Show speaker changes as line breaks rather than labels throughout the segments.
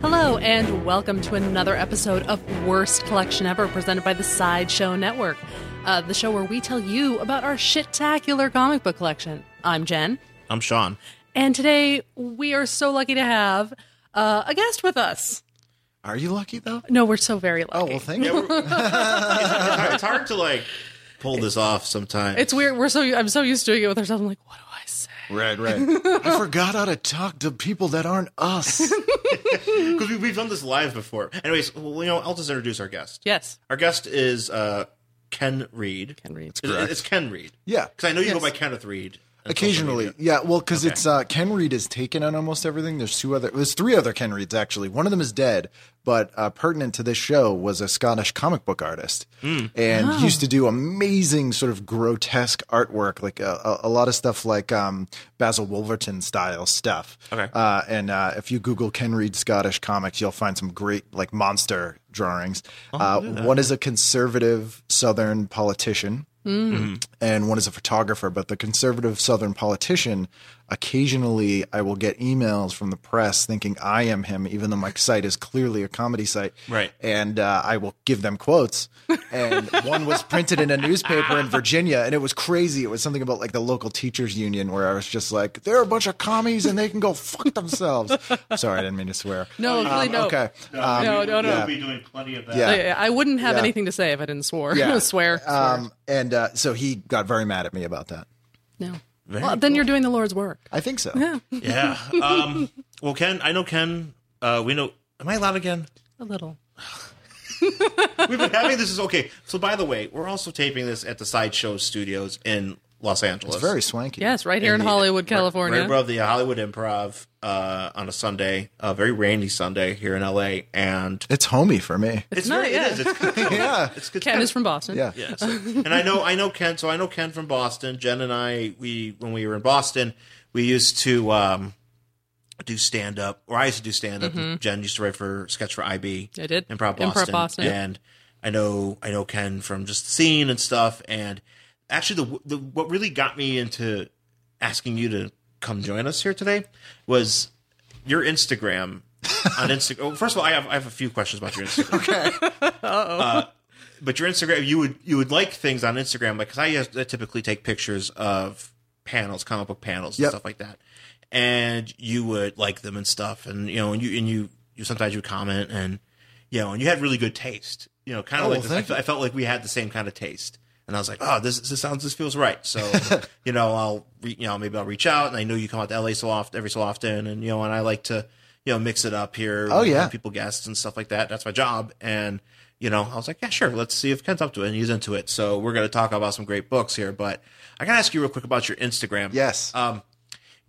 Hello, and welcome to another episode of Worst Collection Ever, presented by the Sideshow Network, uh, the show where we tell you about our shit-tacular comic book collection. I'm Jen,
I'm Sean.
and today we are so lucky to have uh, a guest with us.
Are you lucky though?
No, we're so very lucky.
Oh well, thank
Yeah,
you.
we're- it's, hard, it's hard to like pull this off sometimes.
It's weird. We're so I'm so used to doing it with ourselves. I'm like, what do I say?
right, right.
I forgot how to talk to people that aren't us.
Because we, we've done this live before. Anyways, well, you know, I'll just introduce our guest.
Yes,
Our guest is uh, Ken Reed. Ken
Reed.
It's, Ken Reed.
Yeah.
Because I know you
Yes.
go by Kenneth Reed. on social
Occasionally,
media.
yeah. Well, because it's uh, Ken Reed is taken on almost everything. There's two other, there's three other Ken Reeds actually. One of them is dead, but uh, pertinent to this show was a Scottish comic book artist
Hmm.
and used to do amazing sort of grotesque artwork, like uh, a, a lot of stuff like um, Basil Wolverton style stuff.
Okay.
Uh, and uh, if you Google Ken Reed Scottish comics, you'll find some great like monster drawings.
Oh,
Uh, one is a conservative Southern politician and one is a photographer. But the conservative Southern politician, occasionally I will get emails from the press thinking I am him, even though my site is clearly a comedy site.
Right.
And uh, I will give them quotes. And one was printed in a newspaper in Virginia, and it was crazy. It was something about like the local teachers union, where I was just like, they're a bunch of commies and they can go fuck themselves. Sorry, I didn't mean to swear.
no, really, no,
Um, Okay. Uh,
no, no, no.
yeah.
We'll be doing plenty of that.
Yeah.
I, I wouldn't have
Yeah.
anything to say if I didn't swear.
Yeah.
swear.
Um, and uh, so he got very mad at me about that.
no. Well, then you're doing the Lord's work.
I think so.
Yeah. Um, well, Ken, I know Ken. Uh, we know. Am I allowed again?
A little.
We've been having this. Is okay. So, by the way, we're also taping this at the Sideshow Studios in Los Angeles.
It's very swanky.
Yes, right here in,
the-
Hollywood,
right-
California.
Right above the Hollywood Improv uh, on a Sunday, a very rainy Sunday here in LA, and
It's homey for me.
it's
not-
very,
yeah.
it is. It's good.
Yeah.
It's good.
Ken is from Boston.
Yeah.
Yeah, so- and I know I know Ken. So I know Ken from Boston. Jen and I, we when we were in Boston, we used to um, do stand up, or I used to do stand up. Jen used to write for sketch for IB.
Mm-hmm. I did.
improv
Improv
Boston.
Boston.
And I know I know Ken from just the scene and stuff. And actually, the, the what really got me into asking you to come join us here today was your Instagram. on Instagram, well, first of all, I have I have a few questions about your Instagram Uh, but your Instagram, you would you would like things on Instagram because I used- I typically take pictures of panels, comic book panels, and
Yep.
stuff like that, and you would like them and stuff, and you know, and you and you you sometimes you comment and you know, and you had really good taste, you know, kind of
Oh,
like
well,
this. I,
thank
fe- I felt like we had the same kind of taste. And I was like, oh, this, this sounds, this feels right. So, you know, I'll, re, you know, maybe I'll reach out. And I know you come out to LA so often, every so often. And, you know, and I like to, you know, mix it up here.
Oh,
and
yeah.
have people guests and stuff like that. That's my job. And, you know, I was like, yeah, sure. Let's see if Ken's up to it and he's into it. So we're going to talk about some great books here. But I got to ask you real quick about your Instagram.
Yes.
Um,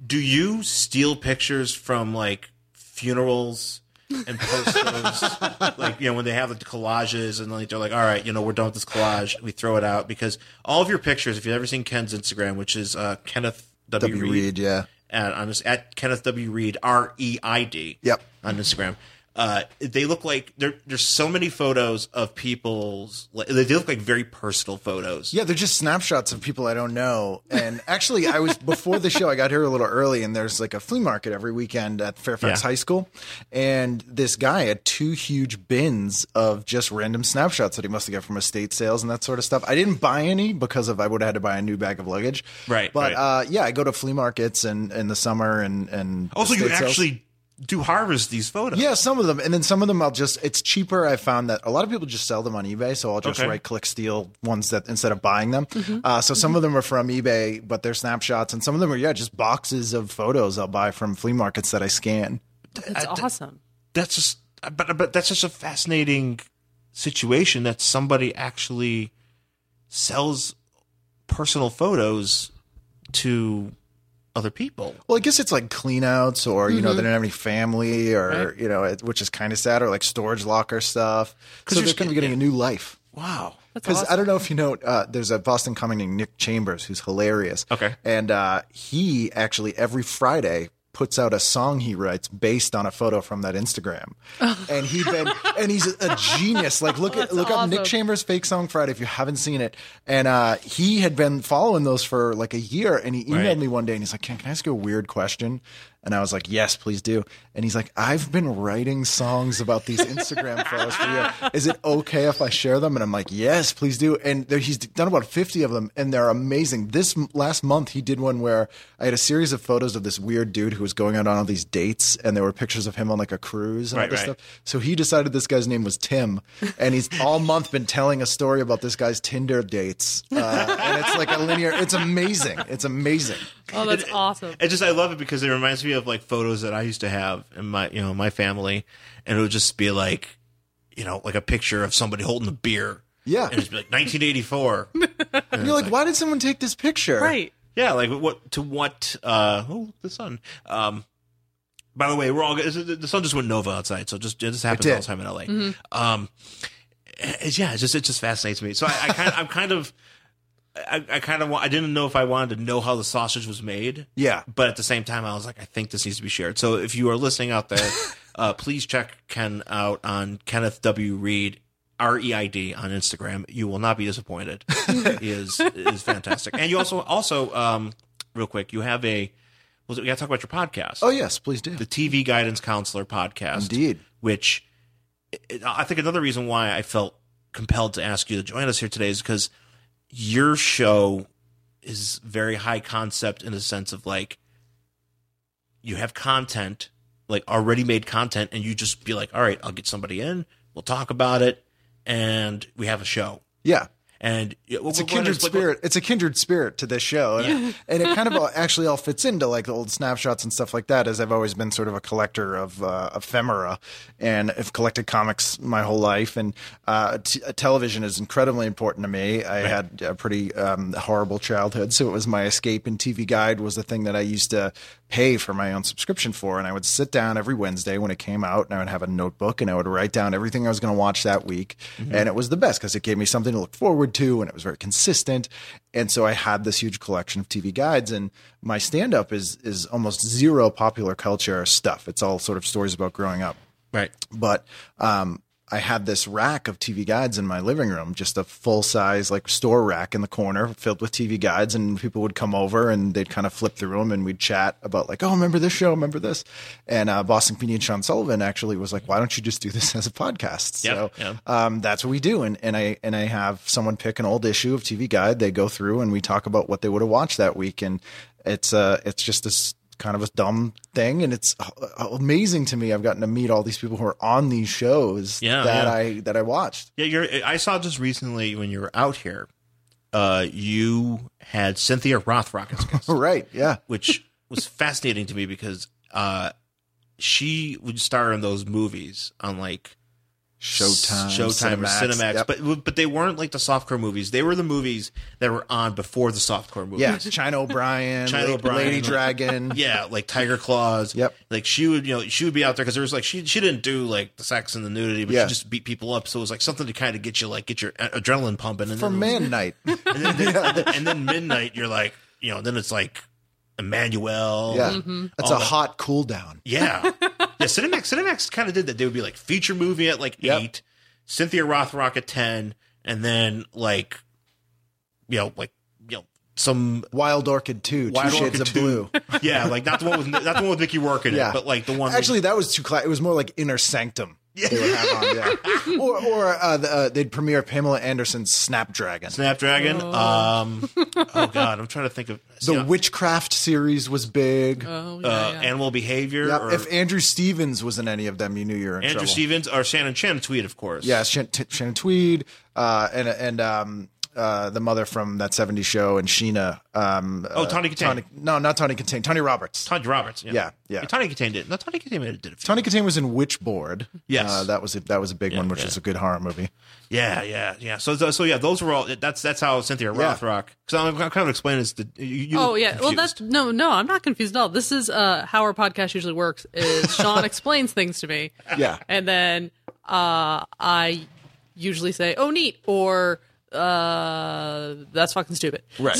do you steal pictures from like funerals and post those? like, you know, when they have like the collages and like they're like, all right, you know, we're done with this collage. We throw it out because all of your pictures, if you've ever seen Ken's Instagram, which is uh, Kenneth W.
W.
Reed,
Reed, yeah.
at, on this, at Kenneth W. Reed, R E I D
Yep.
on Instagram. Uh, they look like there. There's so many photos of people's. like, They look like very personal photos.
Yeah, they're just snapshots of people I don't know. And actually, I was before the show, I got here a little early, and there's like a flea market every weekend at Fairfax
Yeah.
High School. And this guy had two huge bins of just random snapshots that he must have got from estate sales and that sort of stuff. I didn't buy any because of I would have had to buy a new bag of luggage.
Right,
But
right.
Uh, yeah, I go to flea markets and in the summer and and
Also, you
estate sales.
actually do harvest these photos.
Yeah, some of them, and then some of them I'll just. It's cheaper. I found that a lot of people just sell them on eBay, so I'll just
Okay.
right click steal ones that instead of buying them. Uh, so some of them are from eBay, but they're snapshots, and some of them are yeah, just boxes of photos I'll buy from flea markets that I scan.
That's awesome.
that's just but but that's just a fascinating situation that somebody actually sells personal photos to other people.
Well, I guess it's like cleanouts, or you know, they don't have any family, or
Right.
you know, it, which is kind of sad, or like storage locker stuff. So
you're
they're
sca-
kind of getting a new life.
Wow.
Because I don't know if you know, uh, there's a Boston comic named Nick Chambers who's hilarious.
Okay.
And uh, he actually every Friday puts out a song he writes based on a photo from that Instagram. and he then and he's a genius. Like look at look up Nick
awesome.
Chambers Fake Song Friday if you haven't seen it. And uh, he had been following those for like a year and he emailed
Right.
me one day and he's like, Ken, can I ask you a weird question? And I was like, yes, please do. And he's like, I've been writing songs about these Instagram photos for you. Is it okay if I share them? And I'm like, yes, please do. And there, he's done about 50 of them, and they're amazing. This m- last month, he did one where I had a series of photos of this weird dude who was going out on all these dates, and there were pictures of him on like a cruise and
Right,
all this
right.
stuff. So he decided this guy's name was Tim, and he's all month been telling a story about this guy's Tinder dates. Uh, and it's like a linear. It's amazing. It's amazing.
Oh, that's awesome.
It just I love it because it reminds me of like photos that I used to have in my you know my family, and it would just be like, you know, like a picture of somebody holding a beer.
Yeah.
and it'd just be like 1984.
And you're like, why did someone take this picture?
Right.
yeah, like what to what? uh Oh, the sun. Um, by the way, we're all the sun just went nova outside, so just it just happens
It did.
all the time in LA. Um, it's, yeah, it's just it just fascinates me. So I, I kind of, I'm kind of. I, I kind of wa- I didn't know if I wanted to know how the sausage was made.
Yeah.
but at the same time, I was like, I think this needs to be shared. So if you are listening out there, uh, please check Ken out on Kenneth W. Reed R E I D on Instagram. You will not be disappointed. he is is fantastic. And you also also um, real quick, you have a well, we got to talk about your podcast,
Oh yes, please do.
the TV Guidance Counselor podcast,
Indeed.
which it, I think another reason why I felt compelled to ask you to join us here today is because your show is very high concept in the sense of like you have content, like already made content, and you just be like, all right, I'll get somebody in, we'll talk about it, and we have a show.
Yeah.
And
It's a kindred spirit. It's a kindred spirit to this show, and, and it kind of all- actually all fits into like the old snapshots and stuff like that. As I've always been sort of a collector of uh, ephemera, and I've collected comics my whole life. And uh, t- television is incredibly important to me. I had a pretty um, horrible childhood, so it was my escape. And TV Guide was the thing that I used to pay for my own subscription for. And I would sit down every Wednesday when it came out, and I would have a notebook and I would write down everything I was going to watch that week. And it was the best because it gave me something to look forward to and it was very consistent. And so I had this huge collection of TV guides. And my stand up is, is almost zero popular culture stuff, it's all sort of stories about growing up
Right.
but um, I had this rack of TV guides in my living room, just a full size like store rack in the corner filled with TV guides, and people would come over and they'd kind of flip through them and we'd chat about like, oh, remember this show, remember this, and uh, Boston PD and Sean Sullivan actually was like, why don't you just do this as a podcast?
Yeah,
so
yeah.
Um, that's what we do, and and I and I have someone pick an old issue of TV Guide, they go through and we talk about what they would have watched that week, and it's uh it's just this kind of a dumb thing and it's a- a- amazing to me i've gotten to meet all these people who are on these shows
Yeah,
that
yeah.
i that i watched
Yeah, you're. I saw just recently when you were out here, uh, you had Cynthia Rothrock as a guest,
oh right yeah
which was fascinating to me because uh, she would star in those movies on like
showtime
Showtime, or Cinemax,
Yep.
but but they weren't like the softcore movies. They were the movies that were on before the softcore movies.
yeah china o'brien
China
lady,
O'Brien.
lady dragon
Yeah, like Tiger Claws.
Yep.
Like she would, you know, she would be out there because there was like she she didn't do like the sex and the nudity, but
Yeah.
she just beat people up. So it was like something to kind of get you like get your a- adrenaline pumping. And
for
then it was-
man night
and then, and then midnight, you're like, you know, then it's like Emmanuel.
yeah that's a
that.
hot cool down
Yeah. Yeah. Cinemax, Cinemax kind of did that. They would be like feature movie at like
Yep.
eight, Cynthia Rothrock at 10, and then like, you know, like, you know, some,
wild orchid 2
Wild
two shades
Orchid
of
2.
blue
yeah, like not the one with, not the one with Mickey Rourke in
Yeah.
it, but like the one. with-
Actually, that was too. Cla- it was more like Inner Sanctum. Yeah. They would have on, yeah. or or uh, the, uh, they'd premiere Pamela Anderson's Snapdragon.
Snapdragon. Um, oh God, I'm trying to think of
the
you know,
witchcraft series was big.
Oh, yeah.
uh,
yeah.
animal behavior.
yeah,
or
if Andrew Stevens was in any of them, you knew you were in
Andrew
trouble.
Stevens or Shannon Chen tweet, of course.
yeah, Shan- T- Shannon Tweed uh, and and um, uh, the mother from that '70s show and Sheena. Um,
Oh, Tawny Katane.
Tawny- no, not Tony Katane. Tony Roberts.
Tony Roberts. Yeah,
Yeah, yeah.
Tony Katane did. No, Tony Katane did a few.
Tony Katane was in Witchboard.
Yes.
uh, that was a, that was a big one, which
yeah.
is a good horror movie.
Yeah, yeah, yeah. So, so, so, yeah, those were all. That's that's how Cynthia
Yeah.
Rothrock. Because I'm, I'm kind of explaining this. To, you, you
Oh
look
yeah. Well,
confused.
that's no, no. I'm not confused at all. This is uh, how our podcast usually works: is Sean explains things to me,
Yeah.
and then uh, I usually say, "Oh, neat," or uh, "That's fucking stupid."
Right.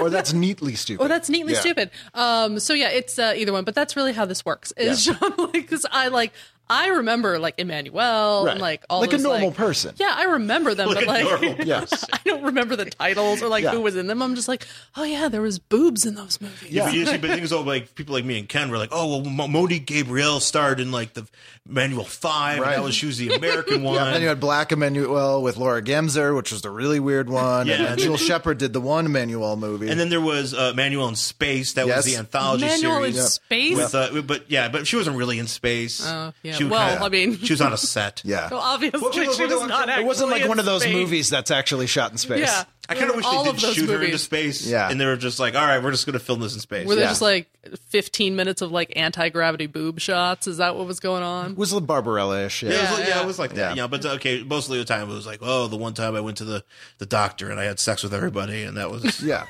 Or that's neatly stupid.
Oh, that's neatly
Yeah.
stupid. Um, so yeah, it's uh, either one, but that's really how this works. Is Sean like because I like I remember like Emmanuel
Right.
and like all
Like a
those,
normal person.
Yeah, I remember them,
Like
but
a normal
like
Yes.
I don't remember the titles or like
Yeah.
who was in them. I'm just like, oh yeah, there was boobs in those movies.
Yeah.
But you see, but things all like people like me and Ken were like, "Oh, well, Mo- Monique Gabriel starred in like the Manual Five,
Right.
and that was she was the American one."
Yeah, and then you had Black Emmanuel with Laura Gemser, which was the really weird one.
Yeah.
And then Jill Shepard did the one Emmanuel movie.
And then there was uh, Manuel in Space. That
Yes.
was the anthology
Manual in
series.
space.
With, uh, but yeah, but she wasn't really in space.
Oh, yeah.
She was
Well,
kinda-
I mean-
she was on a set.
yeah.
So obviously
What- what-
she
what-
was not.
it
actually
wasn't like
in
one of those
space.
movies that's actually shot in space.
Yeah,
I kind of wish they
all of
did
those
shoot her
movies.
into space.
Yeah.
and they were just like, "All right, we're just going to film this in space."
Were there
Yeah.
just like 15 minutes of like anti gravity boob shots? Is that what was going on?
It was a Barbarella-ish. Yeah.
Yeah, it was,
Yeah,
like- yeah,
yeah.
it was like that.
Yeah.
Yeah, but okay, mostly the time it was like, "Oh, the one time I went to the the doctor and I had sex with everybody, and that was."
Yeah.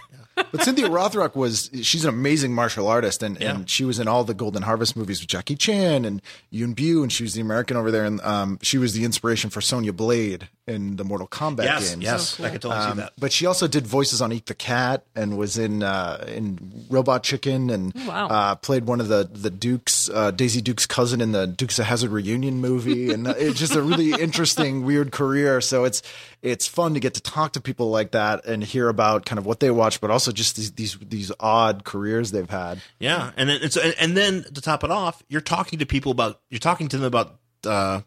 But Cynthia Rothrock was she's an amazing martial artist and,
Yeah.
and she was in all the Golden Harvest movies with Jackie Chan and Yuen Bu and she was the American over there and um, she was the inspiration for Sonya Blade in the Mortal Kombat
Yes,
games.
yes, I could totally see that.
But she also did voices on Eat the Cat and was in uh, in Robot Chicken and
wow.
uh, played one of the the Duke's uh, Daisy Duke's cousin in the Dukes of Hazard reunion movie, and uh, it's just a really interesting, weird career. So it's it's fun to get to talk to people like that and hear about kind of what they watch, but also just these these, these odd careers they've had.
Yeah, and then and, so, and, and then to top it off, you're talking to people about you're talking to them about. Uh,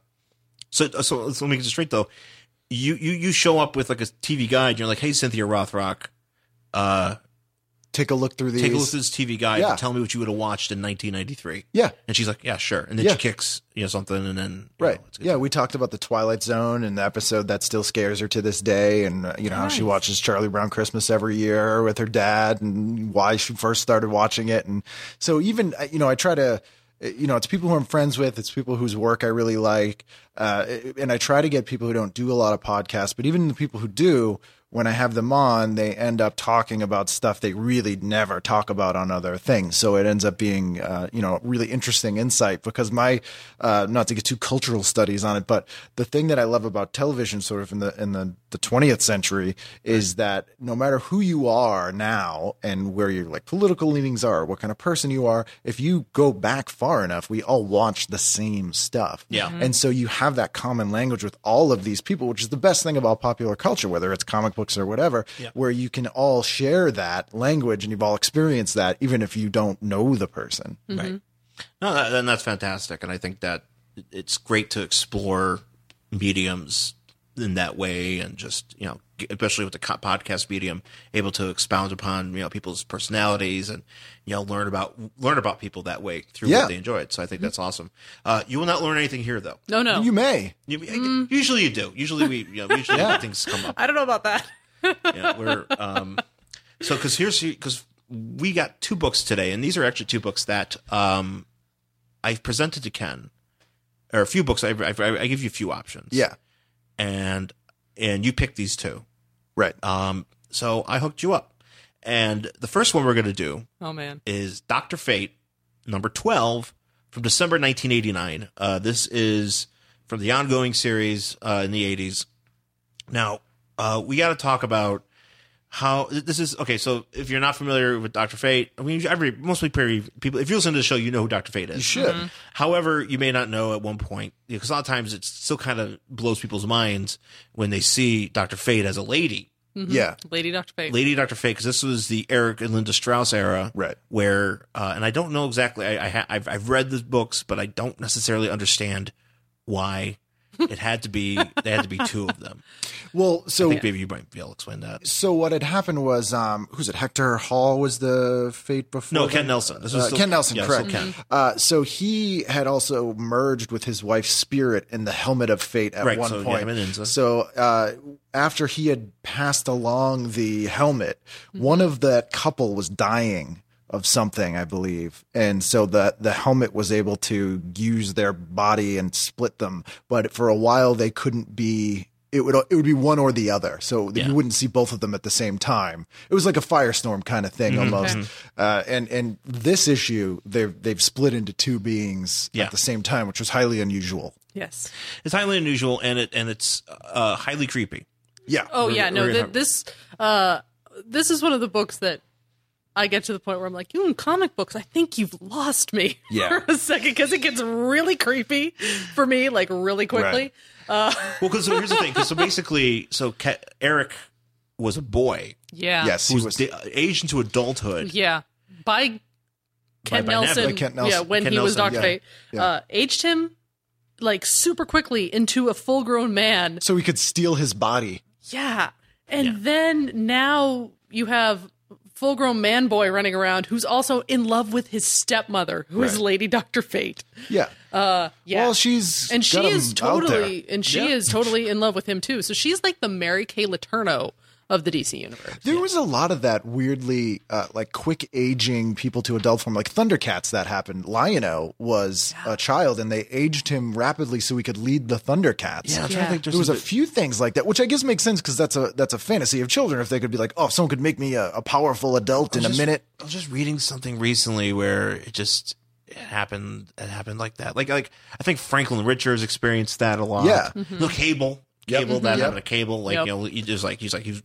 so, so so let me get this straight though. You you you show up with like a TV guide. And you're like, hey, Cynthia Rothrock, uh,
Take a look through these.
take a look at this TV guide
Yeah.
and tell me what you would have watched in 1993.
yeah.
And she's like, yeah, sure. And then
Yeah.
she kicks you know something, and then you
Right.
know, it's-
Yeah, we talked about the Twilight Zone and the episode that still scares her to this day, and uh, you know how she
Nice.
watches Charlie Brown Christmas every year with her dad, and why she first started watching it, and so even uh, you know I try to, uh, you know, it's people who I'm friends with, it's people whose work I really like, uh, and I try to get people who don't do a lot of podcasts, but even the people who do. When I have them on, they end up talking about stuff they really never talk about on other things. So it ends up being, uh, you know, really interesting insight because my, uh, not to get too cultural studies on it, but the thing that I love about television, sort of in the in the the twentieth century, is that no matter who you are now and where your like political leanings are, what kind of person you are, if you go back far enough, we all watch the same stuff.
Yeah.
And so you have that common language with all of these people, which is the best thing about popular culture, whether it's comic books or whatever, where you can all share that language and you've all experienced that, even if you don't know the person.
Right. No, that, and that's fantastic, and I think that it's great to explore mediums in that way, and just you know, especially with the co- podcast medium, able to expound upon you know people's personalities and you know learn about learn about people that way through
Yeah.
what they enjoyed. So I think that's awesome. Uh, you will not learn anything here, though.
No, no.
You may.
You- Usually you do. Usually we you know, usually
Yeah.
things come up
I don't know about that.
yeah, we're um, so because here's because we got two books today, and these are actually two books that um, I've presented to Ken, or a few books. I, I, I give you a few options.
Yeah.
and and you pick these two.
Right.
Um, so I hooked you up, and the first one we're gonna do
Oh man.
is Doctor Fate number twelve from December 1989. Uh, this is from the ongoing series uh, in the 80s. Now uh, we got to talk about how this is okay. So if you're not familiar with Doctor Fate, I mean, every mostly pretty people. If you listen to the show, you know who Doctor Fate is.
You should.
Mm-hmm. However, you may not know at one point because a lot of times it still kind of blows people's minds when they see Doctor Fate as a lady.
Yeah.
Lady Dr. Fate.
Lady Dr. Fate, because this was the Eric and Linda Strauss era,
Right.
Where, uh, and I don't know exactly. I, I ha- I've, I've read the books, but I don't necessarily understand why it had to be. there had to be two of them.
Well,
I
so
think maybe you might be able to explain that.
so what had happened was um who's it Hector Hall was the fate before
No,
them?
Ken Nelson. This was
Uh,
still-
Ken Nelson
yeah,
correct
still Ken.
Uh, so he had also merged with his wife's spirit in the helmet of fate at
Right,
one
so, yeah,
point
I mean, it's a-
so uh, after he had passed along the helmet
Mm-hmm.
one of that couple was dying of something i believe and so the the helmet was able to use their body and split them but for a while they couldn't be it would it would be one or the other, so
Yeah.
you wouldn't see both of them at the same time. It was like a firestorm kind of thing
Mm-hmm.
almost. Uh, and and this issue they've they've split into two beings
Yeah.
at the same time, which was highly unusual.
Yes.
It's highly unusual and it and it's uh, highly creepy.
Yeah,
Oh
We're-
yeah, no.
we're gonna
th
have-
this uh, this is one of the books that I get to the point where I'm like, you in comic books, I think you've lost me
Yeah.
for a second because it gets really creepy for me, like really quickly.
Well, because so here's the thing. 'cause so basically, so Ca- Eric was a boy
Yeah.
Yes,
who
he
was,
was.
da- aged into adulthood.
Yeah. By Kent
by
Nelson.
Neville.
Kent
Yeah,
Nelson.
when
Kent
he was Dr.
Nelson,
yeah.
Fate. Uh, aged him like super quickly into a full grown man.
So he could steal his body.
Yeah. And then now you have full grown man boy running around who's also in love with his stepmother, who is
Right.
Lady Dr. Fate.
Yeah.
Yeah.
Well, she's
Uh, and she
got him
is
out there.
totally uh, and she
Yeah.
is totally in love with him too. So she's like the Mary Kay Letourneau of the DC universe.
There was a lot of that weirdly, uh, like quick aging people to adult form, like Thundercats. That happened. Lion-O was a child, and they aged him rapidly so he could lead the Thundercats.
I'm trying to
Yeah.
think, there's
There was a
some-
few things like that, which I guess makes sense because that's a that's a fantasy of children. If they could be like, oh, if someone could make me a, a powerful adult in
just-
a minute,
I was just reading something recently where it just it happened. It happened like that. Like like I think Franklin Richards experienced that a lot.
Yeah.
Look, Cable, Cable, that
Yep. Mm-hmm.
happened to Cable. Like
Yep.
you know, he just like he's like he's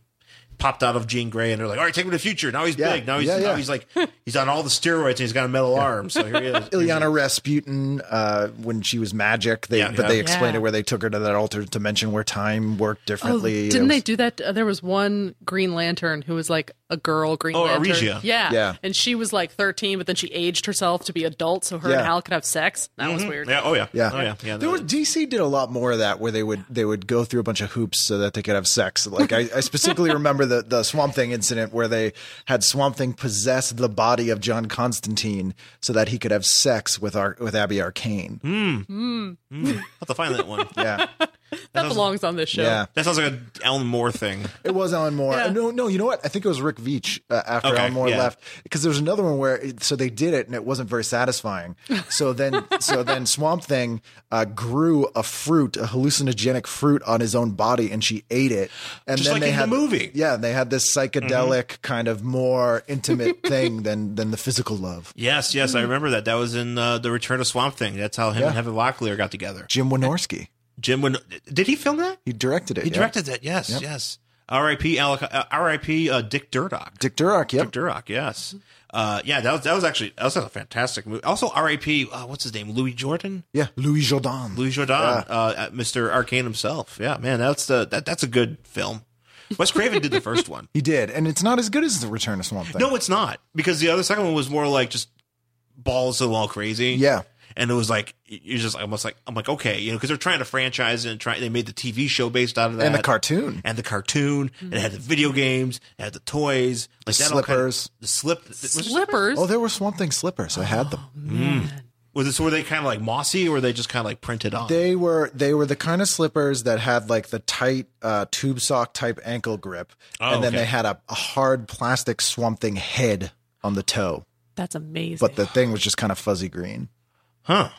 popped out of Jean Grey, and they're like, all right, take him to the future. Now he's
Yeah.
big. Now he's
Yeah,
now
yeah.
he's like he's on all the steroids and he's got a metal arm. So here he is.
Ilyana Rasputin, uh, when she was magic, they
Yeah,
but
yeah.
they explained
Yeah.
it where they took her to that alternate dimension where time worked
Oh,
differently.
didn't
It
they
was-
do that? Uh, there was one Green Lantern who was like a girl Green
Oh,
Lantern.
Aresia.
Yeah.
Yeah.
And she was like 13, but then she aged herself to be adult so her
Yeah. Mm-hmm.
and Hal could have sex. That was weird.
Yeah. Oh yeah.
Yeah.
Oh yeah. Yeah.
There was DC did a lot more of that where they would they would go through a bunch of hoops so that they could have sex. Like I, I specifically remember the the Swamp Thing incident where they had Swamp Thing possess the body of John Constantine so that he could have sex with our with Abby Arcane.
I'll have to find that one.
Yeah,
That belongs on this show.
yeah.
That sounds like an Alan Moore thing.
It was Alan Moore.
Yeah.
No, no, you know what? I think it was Rick Veitch uh, after
Okay,
Alan Moore
yeah.
left because there was another one where it, so they did it and it wasn't very satisfying. So then, so then Swamp Thing uh, grew a fruit, a hallucinogenic fruit, on his own body, and she ate it. And
Just
then
like
they
in the
had
movie. Mm-hmm.
Yeah, they had this psychedelic kind of more intimate thing than than the physical love.
Yes, yes, I remember that. That was in uh, the Return of Swamp Thing. That's how him and
Yeah.
Heather Locklear got together.
Jim Wynorski,
Jim, when did he film that?
he directed it.
He
yeah.
directed that. Yes, yes. R.I.P. Alec, uh, R.I.P. Uh, Dick Durdock.
Dick Durack. Yep.
Dick Durdock. Yes. Uh, yeah, that was that was actually that was a fantastic movie. Also, R.I.P. Uh, what's his name? Louis Jordan.
yeah. Louis Jordan.
Louis Jordan. Uh, uh, Mr. Arcane himself. Yeah, man, that's the that, that's a good film. Wes Craven did the first one.
he did, and it's not as good as the Return of Swamp Thing.
No, it's not because the other second one was more like just balls to the wall crazy.
Yeah.
and it was like you're just almost like I'm like okay, you know, because they're trying to franchise it and try. They made the TV show based out of that
and the cartoon.
and the cartoon, and it had the video games, it had the toys, like
The
that all kind of-
slippers.
the slip, was it-
Slippers.
Oh, there were Swamp Thing slippers. I had
Oh,
them.
Was it so were they kind of like mossy, or were they just kind of like printed on?
They were they were the kind of slippers that had like the tight uh, tube sock type ankle grip,
Oh,
and then
okay.
they had a, a hard plastic Swamp Thing head on the toe,
That's amazing.
but the thing was just kind of fuzzy green.
huh?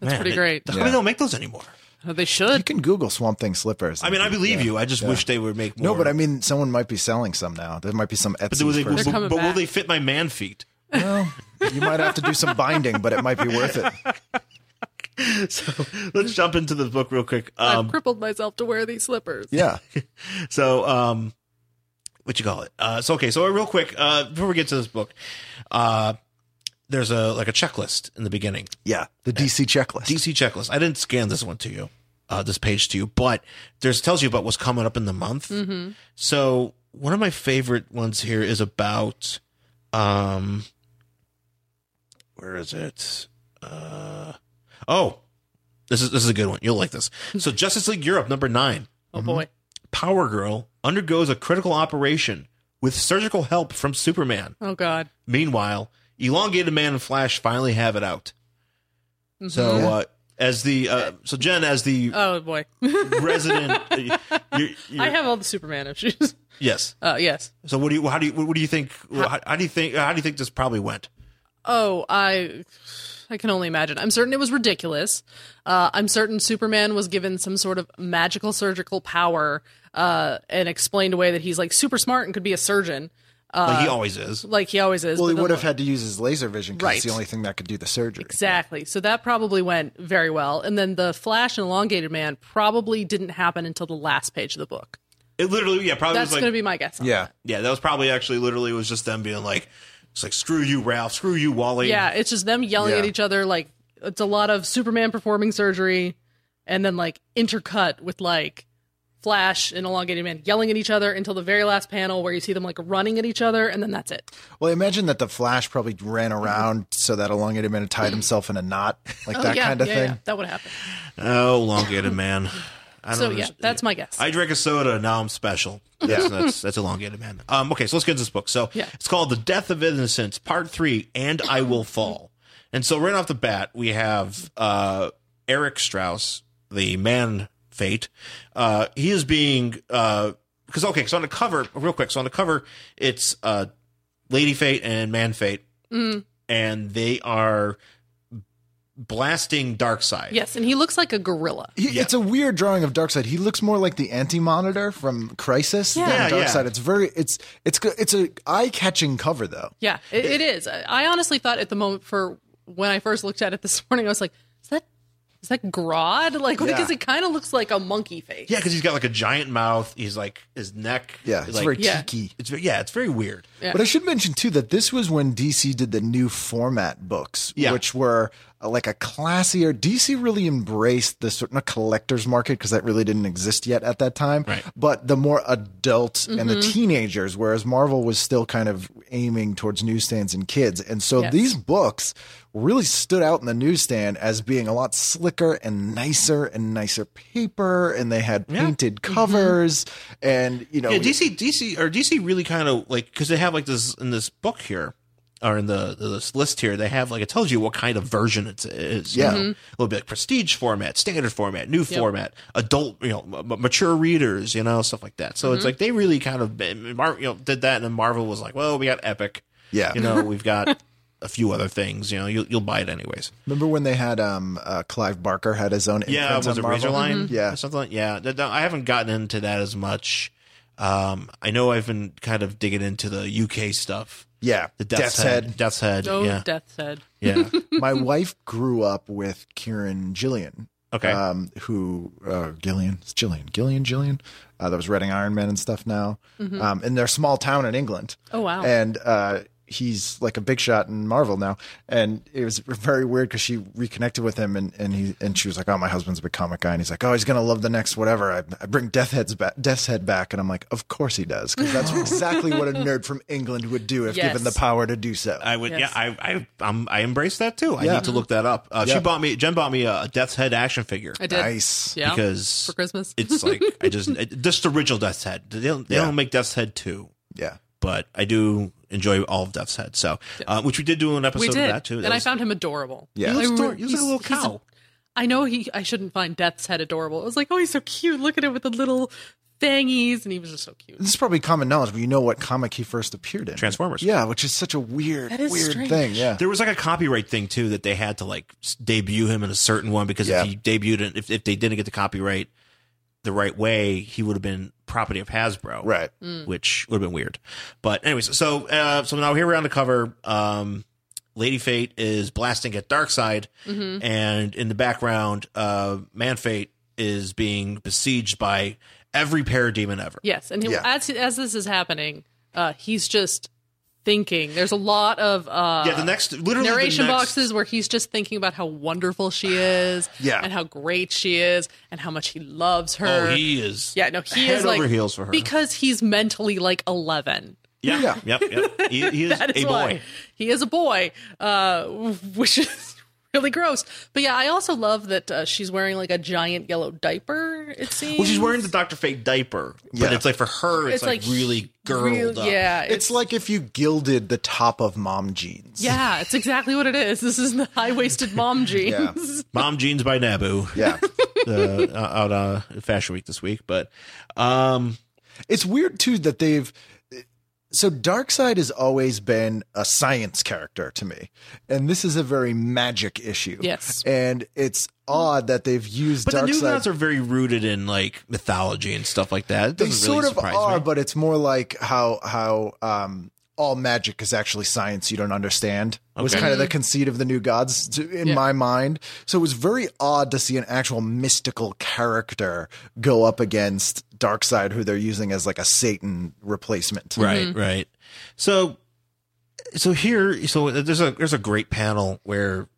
That's pretty great.
They, how come they don't make those anymore?
Oh, they
You
should.
can Google Swamp Thing slippers.
I mean, I believe you. I just wish they would make more.
no, but I mean, someone might be selling some now. There might be some Etsy.
but, will they,
person.
but-
coming
but will
back.
they fit my man feet?
Well, you might have to do some binding, but it might be worth it.
So let's jump into the book real quick.
I've
Um,
crippled myself to wear these slippers.
Yeah,
so, um, what you call it? Uh, so okay, so real quick uh, before we get to this book, uh, there's a like a checklist in the beginning.
yeah. The DC checklist.
DC checklist. I didn't scan this one to you, uh, this page to you, but there's tells you about what's coming up in the month. So one of my favorite ones here is about, um, where is it? Uh, oh, this is this is a good one. You'll like this. So Justice League Europe number nine,
Oh
Mm-hmm.
boy.
Power Girl undergoes a critical operation with surgical help from Superman.
Oh god.
Meanwhile, Elongated Man and Flash finally have it out.
Mm-hmm.
So uh, as the uh, so Jen as the
Oh boy.
resident, uh, you
I have all the Superman issues.
yes.
Uh, yes.
So what do you how do you what do you think how, how do you think how do you think this probably went?
Oh, I I can only imagine. I'm certain it was ridiculous. Uh, I'm certain Superman was given some sort of magical surgical power uh, and explained away that he's like super smart and could be a surgeon,
like
Uh,
he always is.
like he always is.
Well,
but
he
then-
would have had to use his laser vision because
Right.
it's the only thing that could do the surgery.
Exactly. So that probably went very well. And then the Flash and Elongated Man probably didn't happen until the last page of the book.
It literally yeah probably
That's
was like
going to be my guess. on
Yeah.
that.
yeah that was probably actually literally was just them being like It's like screw you, Ralph. Screw you, Wally.
Yeah, it's just them yelling
Yeah.
at each other. Like it's a lot of Superman performing surgery, and then like intercut with like Flash and Elongated Man yelling at each other until the very last panel where you see them like running at each other, and then that's it.
Well, I imagine that the Flash probably ran
Mm-hmm.
around so that elongated man had tied himself in a knot, like that
Oh, yeah,
kind of
yeah,
thing.
yeah, that would happen.
Oh, elongated man. I don't
So yeah,
understand-
that's my guess.
I drank a soda. Now I'm special. That's, that's that's elongated, man. Um, okay, so let's get into this book. So
Yeah.
it's called The Death of Innocence, Part Three, and I Will Fall. And so right off the bat, we have uh, Eric Strauss, the man fate. Uh, he is being because okay, so on the cover, real quick. So on the cover, it's uh, Lady Fate and Man Fate,
Mm,
and they are blasting Dark Side.
yes, and he looks like a gorilla.
He,
Yeah.
It's a weird drawing of Darkseid. He looks more like the Anti-Monitor from Crisis
Yeah.
than
Yeah, yeah.
Darkseid. It's very it's it's go- it's a eye-catching cover though.
Yeah, it, it is. I- I honestly thought at the moment for when I first looked at it this morning, I was like, is that is that Grodd? Like
Yeah.
because it kind of looks like a monkey face.
Yeah, because he's got like a giant mouth. He's like his neck.
Yeah,
is,
it's
like,
very
Yeah.
tiki.
It's ve- yeah, it's very weird.
Yeah.
But I should mention too that this was when DC did the new format books,
Yeah.
which were uh, like a classier. DC really embraced the sort of collector's market because that really didn't exist yet at that time.
Right. Mm-hmm.
But the more adult and the teenagers, whereas Marvel was still kind of aiming towards newsstands and kids. And so
Yes.
these books really stood out in the newsstand as being a lot slicker and nicer and nicer paper, and they had painted covers, and you know,
Mm-hmm. Yeah, DC, DC, or DC really kind of like because they have like this in this book here, or in the this list here, they have like it tells you what kind of version it is. you
Yeah.
know? a little bit like prestige format, standard format, new format, adult, you know, m- m- mature readers, you know, stuff like that. So it's like they really kind of been- Mar- you know did that, and then Marvel was like, well, we got epic,
yeah.
you know, we've got a few other things, you know, you'll you'll buy it anyways.
Remember when they had um uh, Clive Barker had his own
yeah,
imprints
was
on
it
Marvel?
Razorline?
Mm-hmm.
Yeah.
or something. Like, yeah, Th- th- I haven't gotten into that as much. Um, I know I've been kind of digging into the UK stuff,
Yeah,
the Death's, Head. Death's Head.
No
yeah,
death Oh, head.
yeah.
My wife grew up with Kieran Gillian,
Okay.
um, who uh, Gillian, it's Gillian, Gillian, Gillian. Uh, that was Reading Iron Man and stuff now, um, in their small town in England.
Mm-hmm. Oh wow.
and uh, he's like a big shot in Marvel now. And it was very weird because she reconnected with him, and, and he and she was like, "Oh, my husband's a big comic guy," and he's like, "Oh, he's gonna love the next whatever." I, I bring Death Head's ba- Death's Head back, and I'm like, "Of course he does," because that's exactly what a nerd from England would do if
Yes.
given the power to do so.
I would,
Yes.
yeah, I, I, um, I embrace that too. I
Yeah.
need to look that up. Uh,
Yeah.
She bought me, Jen bought me a Death's Head action figure
I did.
nice.
Yeah.
because
for Christmas.
it's like I just it- just the original Death's Head. They don't, they
Yeah.
don't make Death's Head two,
Yeah.
but I do enjoy all of Death's Head. So, uh, which we did do an episode
we
of
did,
that too. That
and I
was-
found him adorable.
Yeah.
I
He
He looks
re-
ador- he looks like a
he's-
little
he's
cow.
I know he. I shouldn't find Death's Head adorable. I was like, oh, he's so cute. Look at him with the little thingies, and he was just so cute.
This is probably common knowledge, but you know what comic he first appeared in?
Transformers.
Yeah, which is such a weird,
That is
weird
strange.
thing. Yeah.
There was like a copyright thing too that they had to like s- debut him in a certain one because
Yeah.
if he debuted it, if if they didn't get the copyright the right way, he would have been property of Hasbro,
Right.
Mm.
Which would have been weird. But anyways, so uh, so now here we're on the cover. Um, Lady Fate is blasting at Darkseid,
Mhm.
and in the background, uh, Man Fate is being besieged by every parademon ever.
Yes, and he,
Yeah.
as as this is happening, uh, he's just thinking. There's a lot of uh,
yeah, the next literally the
narration
next-
boxes where he's just thinking about how wonderful she is,
Yeah.
and how great she is, and how much he loves her.
Oh, he is.
yeah, no, he
head
is like
over heels for her.
because he's mentally like 11.
Yeah. Yep. Yep. He, he is,
That is
a boy.
why he is a boy, uh, which is really gross. But yeah, I also love that uh, she's wearing like a giant yellow diaper. It seems.
Well, she's wearing the Dr. Fate diaper,
Yeah.
but it's like for her, it's,
It's
like,
like
really girdled
Real-
up.
Yeah,
It's, like if you gilded the top of mom jeans.
Yeah, it's exactly what it is. This is the high waisted mom jeans.
Mom jeans by Naboo.
Yeah.
uh, out uh, Fashion Week this week, but um,
It's weird too that they've so Darkseid has always been a science character to me. And this is a very magic issue.
Yes.
And it's odd that they've used
but the new gods
Darkseid.
are very rooted in like mythology and stuff like that. It
They
doesn't
sort
really
of
surprise
are,
me.
but it's more like how how um all magic is actually science you don't understand was
Okay.
kind of the conceit of the new gods to, in
Mm-hmm. Yeah.
my mind. So it was very odd to see an actual mystical character go up against Darkseid, who they're using as like a Satan replacement.
right, right. So so here, so there's a there's a great panel where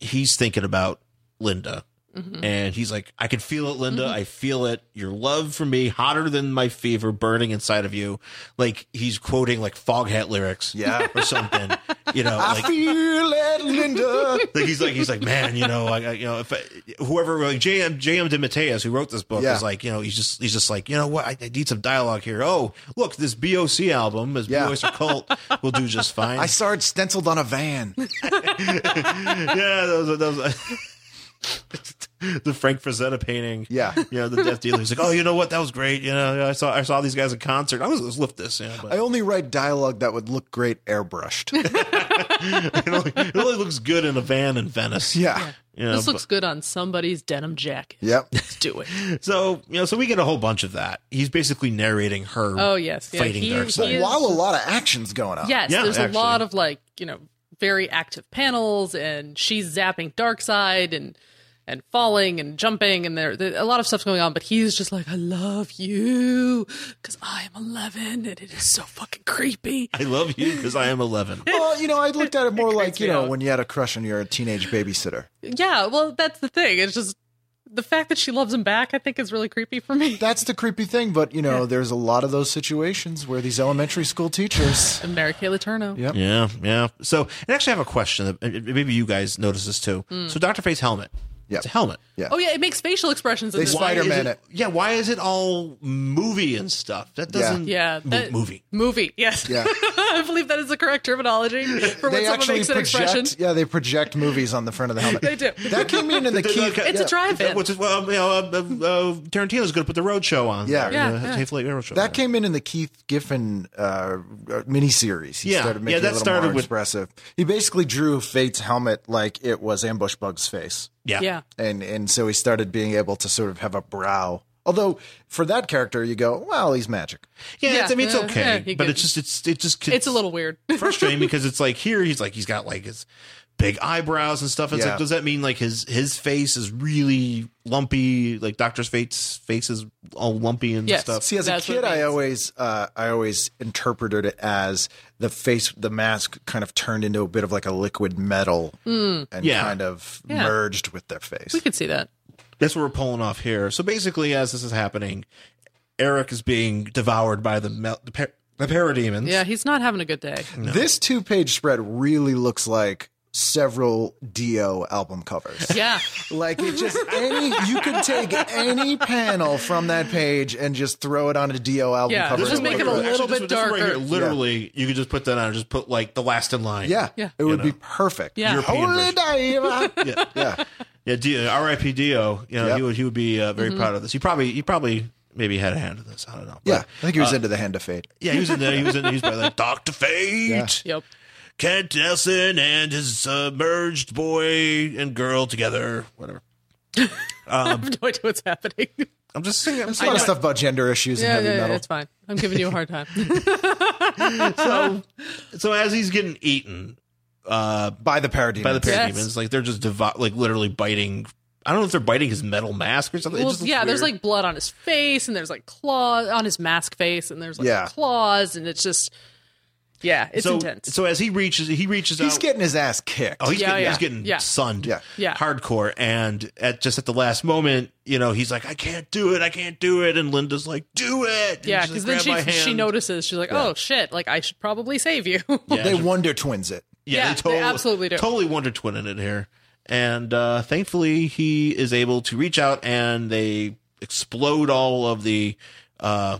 he's thinking about Linda,
Mhm.
and he's like, "I can feel it, Linda. I feel it. Your love for me, hotter than my fever, burning inside of you." Like he's quoting like Foghat lyrics,
Yeah.
or something. you know,
I
like
feel it, Linda.
like he's like he's like man you know like I- you know if I, whoever like JM JM De Mateus who wrote this book
Yeah.
is like you know he's just he's just like you know what I, I need some dialogue here oh look this BOC album is
Yeah.
Blue Oyster Cult will do just fine
I saw it stenciled on a van.
yeah that was, that was the Frank Frazetta painting
Yeah.
you know the Death Dealer he's like oh you know what that was great you know I saw I saw these guys in concert I was let's lift this you know but
I only write dialogue that would look great airbrushed.
it only, it only looks good in a van in Venice
Yeah.
you know,
This
but-
looks good on somebody's denim jacket.
Yep.
Let's do it.
so you know so we get a whole bunch of that he's basically narrating her
Oh yes, yeah.
Fighting
he,
Darkseid.
he is-
While a lot of action's going on.
yes,
Yeah,
there's
actually.
a lot of like you know very active panels, and she's zapping Darkseid and and falling and jumping, and there, there a lot of stuff's going on. But he's just like, I love you because I am 11, and it is so fucking creepy.
I love you because I am 11.
Well, you know, I looked at it more like,
creeps
you
me
know,
out.
when you had a crush on your teenage babysitter.
Yeah, well, that's the thing. It's just the fact that she loves him back. I think is really creepy for me.
That's the creepy thing, but you know, there's a lot of those situations where these elementary school teachers.
And Mary Kay Letourneau.
Yep.
Yeah, yeah. So, and actually, I have a question that uh, maybe you guys notice this too.
Hmm.
So, Dr. Fate's helmet.
Yeah.
It's a helmet.
Yeah.
Oh yeah, it makes facial expressions. In
They
this
Why is
Spider-Man
it-
it.
Yeah, why is it all movie and stuff? That doesn't.
Yeah,
Mo-
that-
movie.
movie. Yes,
Yeah.
I believe that is the correct terminology for when
They
someone
actually
makes an expression.
project. Yeah, they project movies on the front of the helmet.
They do.
That came in in the key.
Okay.
It's
yeah.
a drive-in.
Which is, well, you know, uh, uh, uh, Tarantino's going to put the road show on.
Yeah.
Yeah,
Uh,
yeah.
Hateful Eight Road Show.
That came in in the Keith Giffen uh, miniseries. He
Yeah.
started
Yeah,
making
that
it a little
started
more
with-
expressive. He basically drew Fate's helmet like it was Ambush Bug's face,
Yeah.
Yeah.
and and so he started being able to sort of have a brow. Although for that character, you go, well, he's magic.
Yeah, it's- I mean, it's
Yeah, yeah,
okay.
you
but
could-
it's just, it's, it just.
It's a little weird.
frustrating because it's like here he's like he's got like his big eyebrows and stuff. It's
Yeah.
like does that mean like his his face is really lumpy? Like Doctor Fate's face is all lumpy and
Yes.
stuff.
See, as
That's
a
what
kid,
it
I
means.
always uh, I always interpreted it as the face, the mask, kind of turned into a bit of like a liquid metal, and
Yeah.
kind of
Hmm. Yeah.
merged with their face.
We could see that.
That's what we're pulling off here. So basically, as this is happening, Eric is being devoured by the mel- the, par- the parademons.
Yeah, he's not having a good day.
This two page spread really looks like several Dio album covers.
Yeah,
Like it just any you could take any panel from that page and just throw it on a Dio album
Yeah,
cover.
just
and
make it
look
a
at
little
Actually, this
bit
one- this one
darker.
Right here, literally, you could just put that on and just put like the last in line.
Yeah,
Yeah.
it would be perfect.
Yeah.
European
Holy
version.
diva.
Yeah.
yeah,
Yeah, D- uh, R.I.P. Dio. You know,
Yep.
he would he would be uh, very
Mm-hmm.
proud of this. He probably he probably maybe had a hand in this. I don't know. But- uh,
yeah. I think he was into the hand of fate.
Yeah, he was in there. He was in. He's probably like Doctor Fate,
yep.
Kent Nelson, and his uh, merged boy and girl together. Whatever. Um,
I have no idea what's happening.
I'm just saying. I'm
There's a lot of stuff about gender issues in
Yeah,
heavy
yeah, yeah,
metal.
it's fine. I'm giving you a hard time.
so, so as he's getting eaten uh,
By the parademons.
by the
Yes.
parademons, like they're just devo- like literally biting. I don't know if they're biting his metal mask or something. It
well,
just looks
yeah, there's
weird.
like blood on his face, and there's like claws on his mask face, and there's like
Yeah.
claws, and it's just, yeah, it's
so,
intense.
So as he reaches, he reaches
He's
out.
getting his ass kicked.
Oh, he's
Yeah,
getting,
yeah.
he's getting
Yeah.
sunned,
Yeah.
Yeah.
hardcore, and at just at the last moment, you know, he's like, "I can't do it, I can't do it," and Linda's like, "Do it!" And
yeah,
she's like,
because then
"Grab my
she she
hand."
notices she's like, oh shit, like I should probably save you.
Yeah,
they
she-
wonder twins it.
Yeah, they absolutely do.
Totally Wonder Twin in it here, and uh, thankfully he is able to reach out and they explode all of the uh,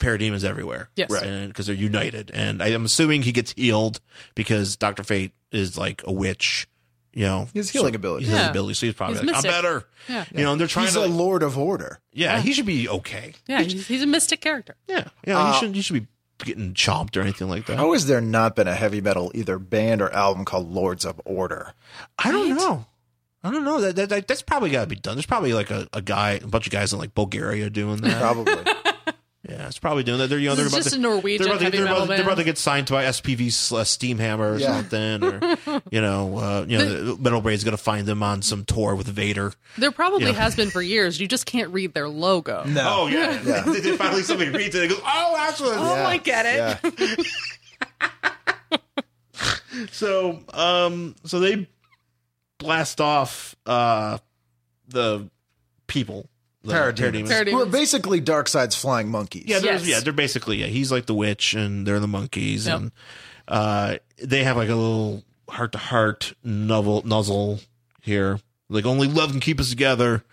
parademons everywhere.
Yes. Right.
because they're united, and I am assuming he gets healed because Doctor Fate is like a witch. You know,
His healing
so-
ability.
His healing
Yeah.
ability. So he's probably
He's
like, I'm
mystic.
better.
Yeah.
You know, and they're trying
He's
to.
a lord of order.
yeah, he should be okay.
yeah, he's, he's a mystic character.
Yeah, yeah.
Uh,
he should. He should be getting chomped or anything like that.
How has there not been a heavy metal either band or album called Lords of Order?
I don't know. I don't know. That, that, that- that's probably got to be done. There's probably like a, a guy, a bunch of guys in like Bulgaria doing that.
Probably.
yeah, it's probably doing that. They're you know
This
they're
is
about
just
to,
a Norwegian
they're about, to,
heavy
they're, about,
metal
they're about
band.
to get signed by SPV uh, Steamhammer or
Yeah.
something, or you know, uh, you know, the, Metal Braid's gonna find them on some tour with Vader.
There probably
Yeah.
has been for years. You just can't read their logo.
No.
"Oh, yeah, they, finally somebody reads it. and goes, oh, actually,
Oh, I get it.
Yeah.
so um so they blast off uh the people the
Parademons.
Parademons.
Well, basically, Darkseid's flying monkeys.
yeah there's
Yes.
yeah they're basically yeah he's like the witch and they're the monkeys
Yep.
and uh they have like a little heart to heart novel nuzzle here like only love can keep us together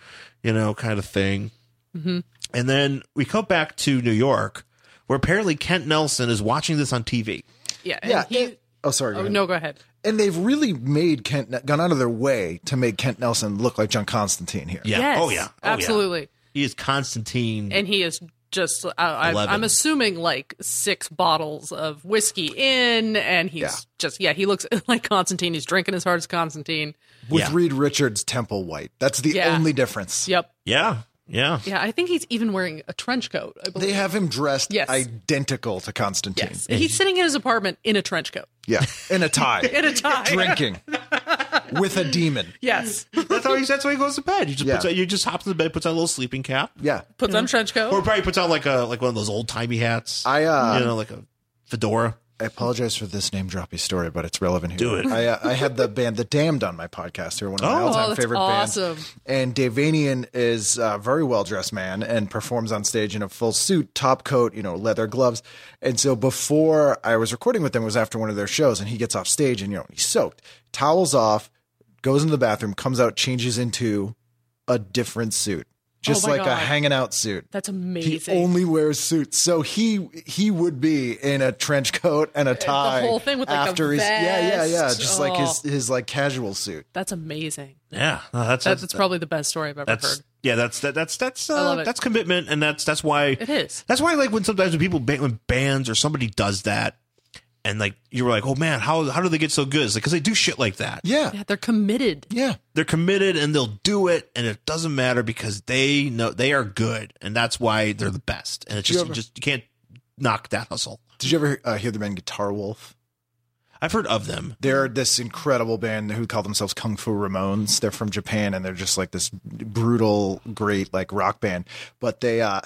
you know kind of thing
Mhm.
and then we come back to new york where apparently kent nelson is watching this on tv
Yeah. and
yeah.
he-
and- oh, sorry. go
oh,
ahead.
no, go ahead.
And they've really made Kent gone out of their way to make Kent Nelson look like John Constantine here.
yeah
Yes,
oh yeah Oh, yeah.
absolutely.
he is constantine
And he is just, uh, I, I,
Eleven.
I'm assuming like six bottles of whiskey in, and he's
Yeah.
just, yeah, he looks like Constantine. He's drinking as hard as Constantine.
With
Yeah.
Reed Richards Temple White. That's the
Yeah.
only difference.
Yep.
yeah yeah
Yeah. I think he's even wearing a trench coat. I believe.
They have him dressed
Yes.
identical to Constantine.
yes. He's sitting in his apartment in a trench coat,
Yeah. In a tie.
in a tie.
drinking. with a demon.
Yes.
That's how he. That's how he goes to bed. He just
Yeah.
puts on, he just hops in the bed, puts on a little sleeping cap,
Yeah.
Puts on a trench coat.
or probably puts on like a like one of those old timey hats.
I uh
you know, like a fedora.
I apologize for this name droppy story, but it's relevant here.
Do it.
I, uh, I had the band The Damned on my podcast here, one of my
Oh.
all-time
Oh, that's
favorite
awesome.
bands. And Davanian is a very well-dressed man and performs on stage in a full suit, top coat, you know, leather gloves. And so before I was recording with them was after one of their shows, and he gets off stage and you know he's soaked, towels off, goes into the bathroom, comes out, changes into a different suit, just
Oh my
like a
God.
hanging out suit.
That's
He
amazing.
only wears suits, so he he would be in a trench coat and a tie.
whole thing with, like, the
after he's yeah yeah yeah,
vest.
just like his
Oh.
his like casual suit.
that's amazing.
Yeah, no, that's
That's, that's probably the best story I've ever
that's-
heard.
yeah, that's that, that's that's
love
uh,
it.
that's commitment, and that's that's why
It is.
that's why like when sometimes when people ba- when bands or somebody does that, and like you were like, oh man, how how do they get so good? It's like because they do shit like that.
Yeah
Yeah, they're committed.
yeah
they're committed and they'll do it and it doesn't matter because they know they are good and that's why they're the best and it's
Do
just
you
you,
ever-
just you can't knock that hustle
Did you ever uh, hear the band Guitar Wolf?
i've heard of them
They're this incredible band who call themselves Kung Fu Ramones. They're from Japan and they're just like this brutal, great like rock band. But they uh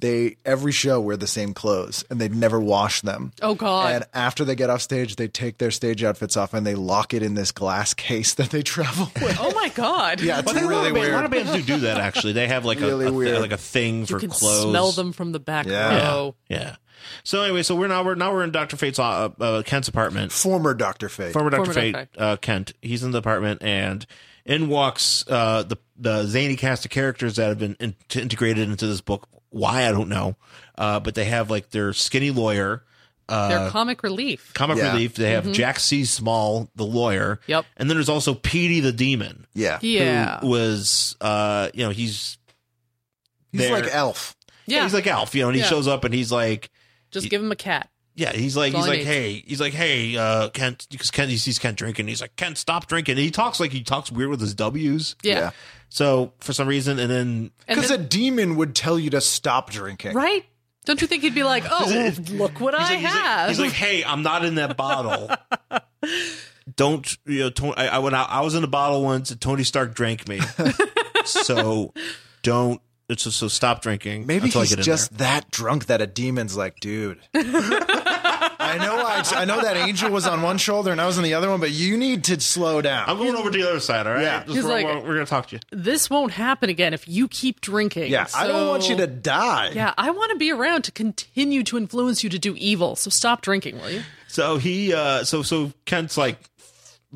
they every show wear the same clothes and they never wash them.
Oh God.
And after they get off stage, they take their stage outfits off and they lock it in this glass case that they travel with.
oh my God.
Yeah, it's
But a, lot
really
of bands, a lot
weird.
of bands do do that actually they have like a-
Really
a, thi-
weird.
like a thing for
you can
clothes
smell them from the back
Yeah.
row.
yeah so anyway so we're now we're now we're in dr fate's uh, uh, kent's apartment
Former Doctor Fate.
former dr
Former Dr.
fate Uh, kent he's in the apartment and in walks uh, the the zany cast of characters that have been in- integrated into this book why i don't know uh, but they have like their skinny lawyer uh,
They're comic relief.
comic
Yeah.
relief. They have Jack C. Small, the lawyer.
Mm-hmm. Yep.
And then there's also Petey the demon.
yeah,
Yeah.
Who was, uh, you know, he's
he's
there.
like Elf.
yeah.
he's like Alf, you know, and he
Yeah.
shows up and he's like,
Just give him a cat.
yeah, he's like,
That's
he's
all I
like,
need.
hey, he's like, hey, uh, Kent, because Kent, he sees Kent drinking. He's like, Kent, stop drinking. And he talks like he talks weird with his W's.
Yeah.
Yeah.
So for some reason, and then
And
Because
then-
a demon would tell you to stop drinking.
right? Don't you think he'd be like, oh, look what I
he's like,
have?
He's like, hey, I'm not in that bottle. Don't you know? Tony, I, I when I, I was in a bottle once, and Tony Stark drank me. so don't. it's just- so stop drinking.
Maybe
until I
he's
get in
just
there.
that drunk that a demon's like, dude. I know, I, I know that angel was on one shoulder and I was on the other one, but you need to slow down.
I'm going over to the other side. All right.
Yeah.
Just-
He's
we're,
like-
we're, gonna talk to you.
this won't happen again if you keep drinking.
yeah, I don't want
So-
you to die.
Yeah, I want to be around to continue to influence you to do evil. So stop drinking, will you?
So he, uh, so so Kent's like,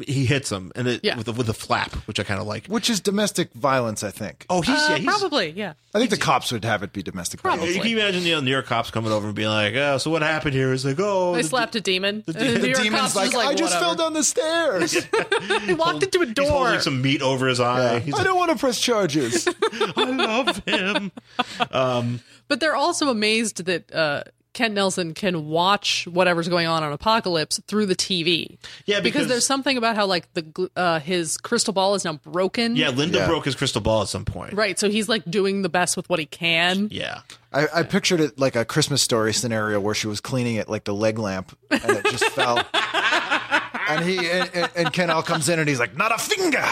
he hits him, and it
Yeah.
with a, with a flap, which I kind of like.
Which is domestic violence, I think.
Oh, he's, yeah,
Uh,
he's
probably, yeah.
I think the cops would have it be domestic
Probably.
violence.
You can imagine the uh, New York cops coming over and being like, "Oh, so what happened here?" It's like, "Oh,
I
the-
slapped a demon. The,
demon-
New
The
York
demon's
cops
like,
was like,
I just
whatever.
fell down the stairs.
He walked into a door.
He's holding some meat over his eye. He's
I
like,
don't want to press charges.
I love him.
But they're also amazed that uh, Kent Nelson can watch whatever's going on on Apocalypse through the TV.
Yeah, because-
there's something about how like the gl- uh, his crystal ball is now broken.
Yeah, Linda
Yeah.
broke his crystal ball at some point.
Right, so he's like doing the best with what he can.
Yeah.
I, I pictured it like a Christmas story scenario where she was cleaning it like the leg lamp and it just fell. And he and, and, and Ken all comes in and he's like, not a finger.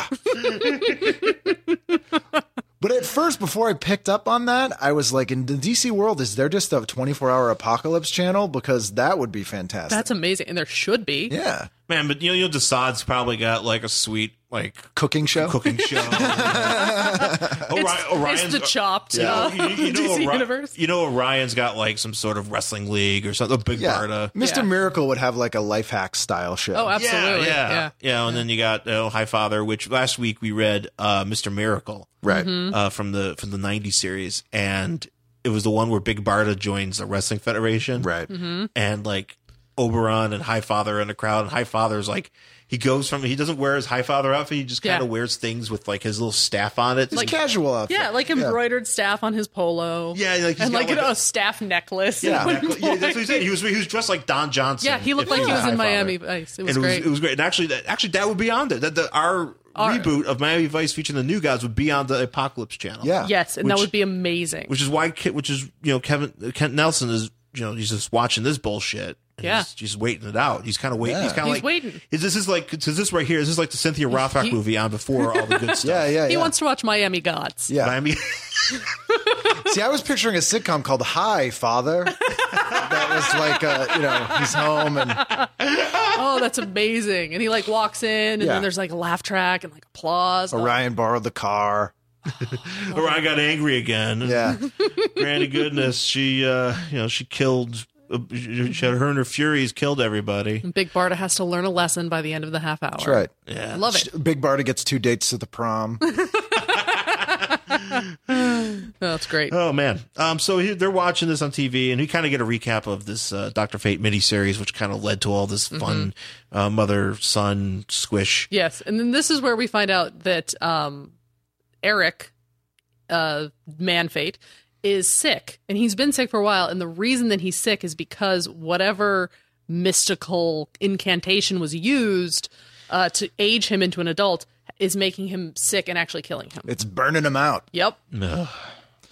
but at first, before I picked up on that, I was like, in the DC world, is there just a 24 hour apocalypse channel? Because that would be fantastic.
That's amazing, and there should be.
yeah.
Man, but you know, you know, Desad's probably got like a sweet like
Cooking show.
cooking show. Ori-
It's, it's
Oh, Orion's-
the chopped
Yeah.
uh,
you, you know,
DC
Ori-
universe.
you know, Orion's got like some sort of wrestling league or something. A big
Yeah.
Barda.
Mr.
Yeah.
Miracle would have like a life hack style show.
Oh, absolutely.
Yeah, yeah,
yeah.
Yeah, and then you got oh, High Father, which last week we read uh, Mr. Miracle
right.
mm-hmm.
uh, from the from the '90s series, and it was the one where Big Barda joins the Wrestling Federation,
Right.
Mm-hmm.
and like Oberon and High Father in the crowd, and High Father's like he goes from he doesn't wear his High Father outfit, he just kind
Yeah.
of wears things with like his little staff on it,
It's
like
casual outfit.
Yeah, like embroidered staff on his polo.
yeah, like he's
and
got,
like, a, staff necklace.
Yeah.
at one
necklace- yeah, that's what he
point.
said. He was he was dressed like Don Johnson.
Yeah, he looked
if
like he
a
was in
High Father.
Miami uh, Vice. It was
and
great.
It was, it was great. And actually, that actually that would be on there. That the our,
Our-
reboot of Miami Vice featuring the new guys would be on the Apocalypse Channel.
Yeah.
yes, and that
Which-
would be amazing.
which is why Ke- which is you know Kevin Kent Nelson is you know he's just watching this bullshit. And
Yeah.
he's, he's waiting it out. He's kind of waiting.
Yeah.
He's kind of
He's
like
waiting.
Is this is like is this right here? Is this like the Cynthia Rothrock
he-
movie on before all the good stuff?
Yeah. Yeah.
he
yeah.
wants to watch Miami Gods.
Yeah.
I mean,
See, I was picturing a sitcom called Hi, Father. that was like, uh, you know, he's home and
Oh, that's amazing. And he like walks in and
Yeah.
then there's like a laugh track and like applause. Oh,
Orion borrowed the car.
Orion got angry again.
Yeah.
Granny goodness, she uh you know she killed. uh, She she had her and her furies killed everybody.
and Big Barda has to learn a lesson by the end of the half hour.
That's right.
Yeah,
Love it.
Big Barda gets two dates to the prom.
Oh, that's great.
Oh man! Um, so he, they're watching this on TV, and we kind of get a recap of this uh, Doctor Fate mini series, which kind of led to all this fun
Mm-hmm.
uh, mother son squish.
Yes, and then this is where we find out that um, Eric, uh, Manfate, is sick, and he's been sick for a while. And the reason that he's sick is because whatever mystical incantation was used uh, to age him into an adult is making him sick and actually killing him.
It's burning him out.
Yep,
Ugh.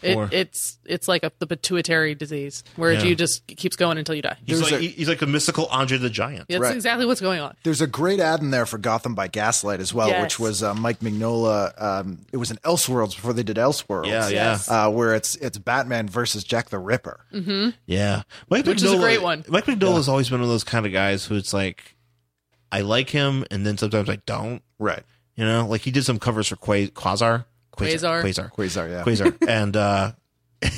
Poor.
it, it's it's like a, the pituitary disease where
Yeah.
you just it keeps going until you die.
He's
There's
like
a-
he- he's like a mystical Andre the Giant.
That's
Right.
exactly what's going on.
There's a great ad in there for Gotham by Gaslight as well,
Yes.
which was uh, Mike Mignola. Um, it was in Elseworlds before they did Elseworlds.
Yeah,
Yes.
Uh, where it's it's Batman versus Jack the Ripper.
Mm.
yeah. Mike
Which is a
Mignola-
great one.
Mike Migdola's always been one of those kind of guys who it's like, I like him, and then sometimes I don't.
Right.
You know, like he did some covers for Qua- Quasar,
Quasar.
Quasar,
Quasar, yeah.
Quasar, and uh, I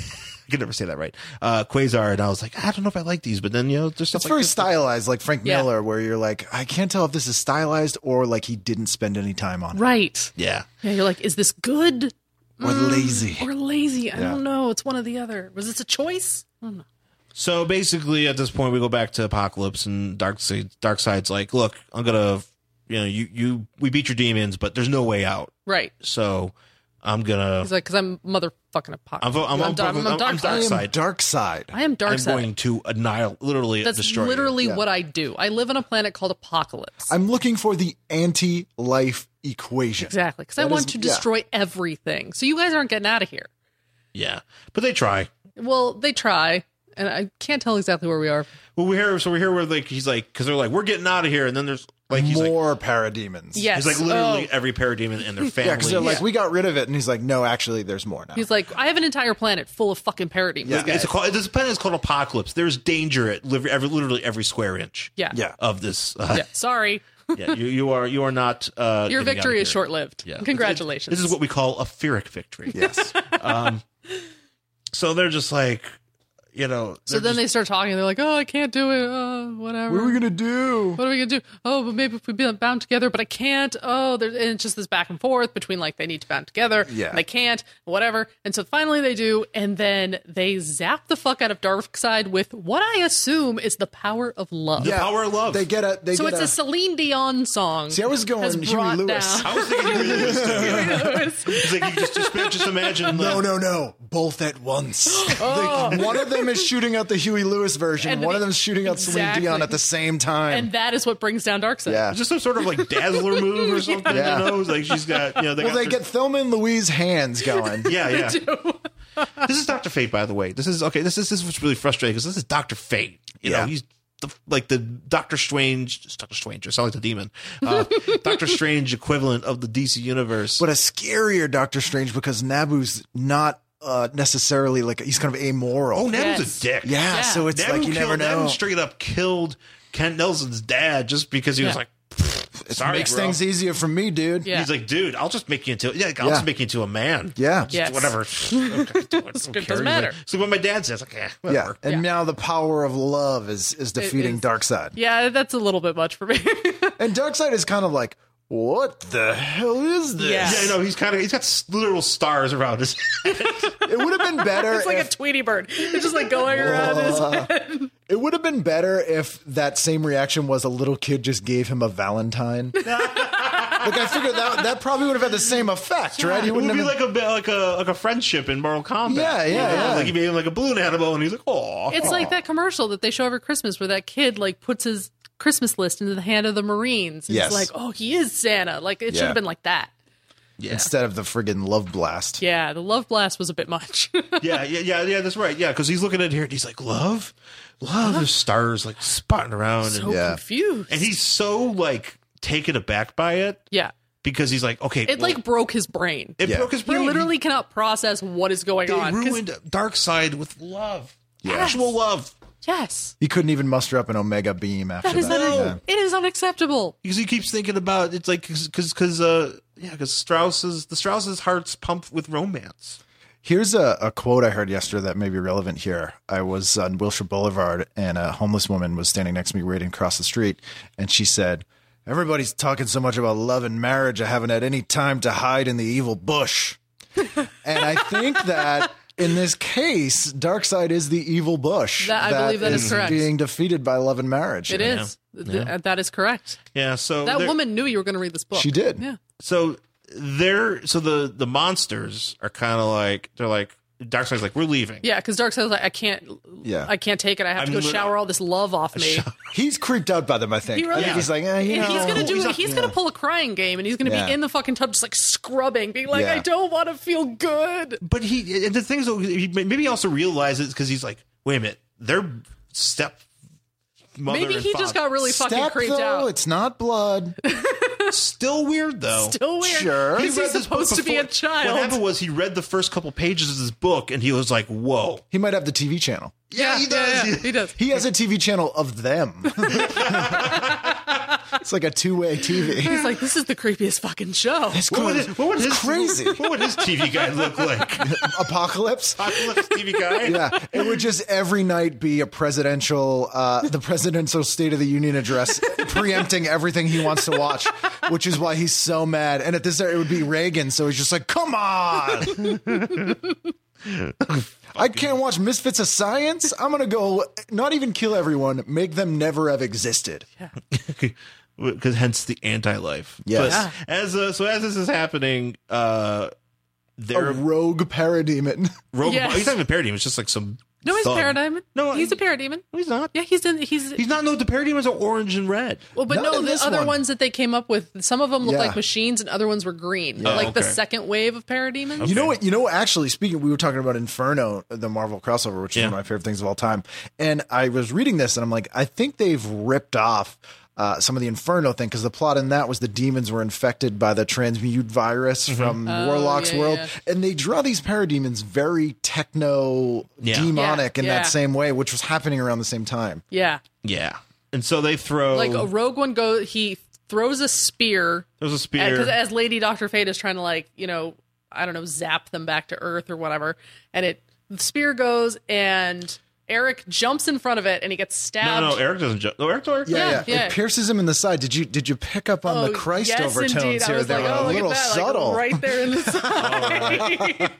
could never say that right. Uh, Quasar, and I was like, I don't know if I like these, but then you know, there's stuff
It's
like
very
this that-
stylized, like Frank
Yeah.
Miller, where you're like, I can't tell if this is stylized or like he didn't spend any time on it.
Right?
Yeah.
Yeah, you're like, is this good?
Or
Mm.
lazy.
or lazy. I
Yeah.
don't know. It's one or the other. Was this a choice? I don't know.
So basically, at this point, we go back to Apocalypse and Dark Side. Dark Side's like, "Look, I'm gonna, you know, you you we beat your demons, but there's no way out.
Right.
So I'm gonna,
He's like, because I'm motherfucking apocalypse.
I'm vo- I'm- I'm
dark. I'm,
fucking-
dark
I'm
I
side.
am
Side.
dark side.
I am dark
I'm
side.
going to annihilate, literally
That's
destroy. you.
literally
Yeah.
what I do. I live on a planet called Apocalypse.
I'm looking for the anti-life equation.
exactly. Because I
That
want
is-
to
yeah.
destroy everything. So you guys aren't getting out of here.
Yeah, but they try.
Well, they try. And I can't tell exactly where we are.
Well, we hear so we hear where like he's like because they're like we're getting out of here, and then there's like he's like
More parademons.
Yes.
he's like literally
Oh.
every parademon and their
Yeah, because
family.
they're like, we got rid of it, and he's like, no, actually, there's more now.
He's like, I have an entire planet full of fucking parody.
Yeah.
Yeah.
it's called, this planet is called Apocalypse. There's danger at liv- every, literally every square inch
Yeah.
yeah,
of this. Uh,
Yeah. Sorry.
yeah, you, you are you are not. Uh,
Your
getting out of
victory is
here.
short lived.
Yeah.
Congratulations.
This is what we call a fearic victory.
yes,
Um, so they're just like, you know.
so then they start talking. They're like, oh, I can't do it. Oh, whatever.
what are we gonna do?
what are we gonna do? Oh, but maybe if we be bound together, but I can't. Oh, there, and it's just this back and forth between like they need to bound together,
Yeah.
and they can't, whatever. And so finally they do, and then they zap the fuck out of Darkseid with what I assume is the power of love.
Yeah,
power of love.
They get a. They
So
get
it's a, Celine Dion song.
See, I was going
has
Huey
brought
Lewis.
down-
I was thinking you were doing this too. It's like you just just, just imagine.
no,
like,
no, no! Both at once. They- one of them is shooting out the Huey Lewis version.
Oh. And
one of
the-
them's shooting out Celine
Exactly.
Dion at the same time.
and that is what brings down Darkseid.
yeah.
Just some sort of like dazzler move or something.
Yeah.
You know, It's like she's got. You know, they
well,
got
they
their-
get Thelma and Louise hands going.
Yeah, yeah. this is Doctor Fate, by the way. This is okay. This is this is what's really frustrating because this is Doctor Fate. You
Yeah.
know, he's the, like the Doctor Strange, Doctor Strange, or sound like the demon, uh, Doctor Strange equivalent of the DC universe.
but a scarier Doctor Strange because Nabu's not uh, necessarily like he's kind of amoral.
oh, Nabu's
Yes.
a dick.
yeah,
Yeah.
so it's
Nabu
like you
killed,
never know.
Nabu straight up killed Ken Nelson's dad just because he was
Yeah.
like,
It
sorry,
makes
bro.
things easier for me, dude.
Yeah.
He's like, dude, I'll just make you into yeah, I'll
Yeah.
just make you into a man.
Yeah.
Yeah. Yes.
Whatever. Okay, do it.
Script
Don't
doesn't
care.
matter.
So when my dad says, like, eh,
Yeah.
whatever.
And
Yeah.
now the power of love is is defeating
is.
Dark Side.
Yeah, that's a little bit much for me.
And Dark Side is kind of like, what the hell is this?
Yeah.
Yeah, no, he's kind of he's got s- literal stars around his.
It would have been better.
it's like a
if-
Tweety bird. It's just like going around. His
it would have been better if that same reaction was a little kid just gave him a Valentine. like I figured that that probably would have had the same effect, right? He
it would
wouldn't
be
have
like a bit- like a like a friendship in Mortal Kombat.
Yeah, yeah,
You know,
yeah.
Like he made him like a balloon animal, and he's like, oh,
It's like that commercial that they show over Christmas where that kid like puts his Christmas list into the hand of the Marines. And
Yes.
It's like, oh, he is Santa. Like it should
Yeah.
have been like that.
instead of the friggin' love blast.
Yeah, the love blast was a bit much.
yeah, yeah, yeah, yeah. That's right. Yeah, because he's looking at here, and he's like, love, love. There's stars like spotting around,
so
and,
Yeah.
confused.
and he's so like taken aback by it
yeah,
because he's like, okay,
it
well,
like broke his brain.
it
Yeah.
broke his
He
brain.
literally cannot process what is going
They
on. 'cause-
ruined Dark Side with love,
Yes.
actual love,
Yes,
He couldn't even muster up an omega beam after
that is
that.
un-
Yeah.
it is unacceptable.
because he keeps thinking about it's like because because uh yeah because Strauss's the Strauss's hearts pump with romance.
Here's a, a quote I heard yesterday that may be relevant here. I was on Wilshire Boulevard and a homeless woman was standing next to me waiting across the street. And she said, Everybody's talking so much about love and marriage. I haven't had any time to hide in the evil bush. and I think that in this case, Darkseid is the evil bush.
That- I believe that is correct.
Being defeated by love and marriage.
It is. Th- that is correct.
Yeah, so
That
there-
woman knew you were going to read this book.
She did.
Yeah.
so they're so the the monsters are kind of like they're like Darkseid's like we're leaving.
Yeah, because Darkseid's like, I can't,
Yeah.
I can't take it. I have to
I'm
go
lit-
shower all this love off me.
He's creeped out by them, I think.
He
I
really
think
is.
he's like, eh,
And
you know.
he's gonna do. He's,
He's not-
gonna pull a crying game, and he's gonna
Yeah.
be in the fucking tub, just like scrubbing, being like,
Yeah.
"I don't want to feel good."
But he and the thing is though, he maybe he also realizes because he's like wait a minute they're step. mother
Maybe
and
he just
father.
got really fucking
Step,
creeped
though,
out.
It's not blood.
still weird though.
Still weird.
Sure.
Because
He read
he's
this book
supposed to be
before-
a child.
What happened was he read the first couple pages of this book and he was like, "Whoa,
He might have the TV channel.
yeah, he
Yeah,
does."
yeah, he does.
He has a TV channel of them. it's like a two-way TV.
He's like, "This is the creepiest fucking show."
What would, his, what would his
crazy.
What would his TV guide look like?
Apocalypse.
Apocalypse TV guide.
Yeah, it would just every night be a presidential, uh, the presidential State of the Union address, preempting everything he wants to watch, which is why he's so mad. And at this, era, it would be Reagan, so he's just like, "Come on, I can't watch Misfits of Science. I'm gonna go, not even kill everyone, make them never have existed."
because hence the anti-life.
Yes.
But As uh, so as this is happening, uh,
A
they're
rogue parademon.
rogue.
Yes.
He's not even a parademon. It's just like some.
No, he's a
thug.
parademon.
No,
he's
I-
a parademon.
He's not.
Yeah, he's in. He's.
He's not. No, the parademons are orange and red.
well, but
not
no,
in
the
this
other
one.
ones that they came up with, some of them looked
Yeah.
like machines, and other ones were green,
Oh,
like the
okay.
second wave of parademons.
You know what? You know, what, actually speaking, we were talking about Inferno, the Marvel crossover, which is
Yeah.
one of my favorite things of all time. And I was reading this, and I'm like, I think they've ripped off uh, some of the Inferno thing because the plot in that was the demons were infected by the transmute virus
Mm-hmm.
from Warlock's
Oh, yeah,
world,
yeah.
and they draw these parademons very techno
Yeah.
demonic
Yeah,
in
yeah.
that same way, which was happening around the same time.
Yeah,
Yeah. And so they throw
like
Oh.
a rogue one go. He throws a spear
There's a spear.
because as Lady Doctor Fate is trying to like you know I don't know zap them back to Earth or whatever, and it the spear goes and Eric jumps in front of it and he gets stabbed.
no, no, Eric doesn't jump. No, Eric, Eric
Yeah, yeah,
Yeah, yeah.
It pierces him in the side. Did you did you pick up on
Oh,
the Christ
yes,
overtones
indeed. I
here?
was
They
like,
were
oh,
a
look at
little
that, like,
subtle.
right there in the side.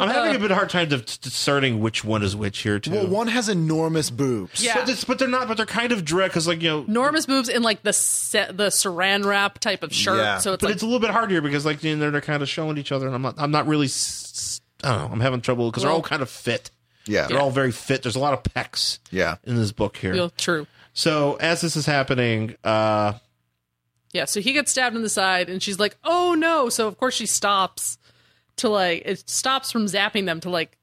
I'm having a bit of hard time dis- discerning which one is which here too.
well, one has enormous boobs.
Yeah.
but, it's, but they're not. But they're kind of direct because, like you know,
Enormous boobs in like the set, the saran wrap type of shirt.
Yeah.
So it's
but
like
it's a little bit hard here because, like, you know, they're kind of showing each other, and I'm not. I'm not really. s- I don't know. I'm having trouble because they're all
Well-
kind of fit.
Yeah.
They're all very fit. There's a lot of pecs.
Yeah.
In this book here.
real true.
So as this is happening, uh,
Yeah, so he gets stabbed in the side, and she's like, "Oh no!" So of course she stops to like it stops from zapping them to like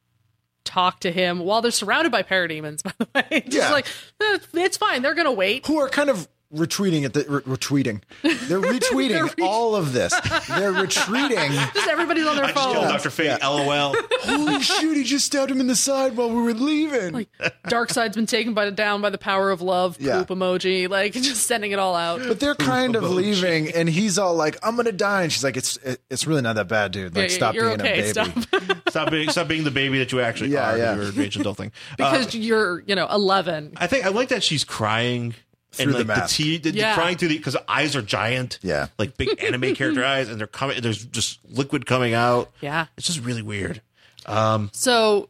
talk to him while they're surrounded by parademons. By the way, just
Yeah.
like eh, it's fine, they're gonna wait.
who are kind of retweeting at the re- retweeting. They're retweeting all of this. They're retreating.
Just everybody's on their
I just
phone.
killed Dr. Fate. LOL.
Holy shoot! He just stabbed him in the side while we were leaving.
Dark side's been taken by down by the power of love. Poop
Yeah.
emoji, like just sending it all out.
Uh,
but they're kind of
emoji.
leaving, and he's all like, "I'm gonna die," and she's like, "It's it, it's really not that bad, dude.
Yeah,
Like,
yeah,
stop
you're
being
okay.
a baby."
Stop
stop being stop being the baby that you actually
Yeah,
are.
yeah.
Yeah. You're an adult thing.
because you're you know 11.
I think I like that she's crying
Through
and
the
like the,
mask.
tea, the, the
Yeah.
crying through the because the eyes are giant.
Yeah.
like big anime character eyes, and they're coming. There's just liquid coming out.
Yeah.
It's just really weird.
So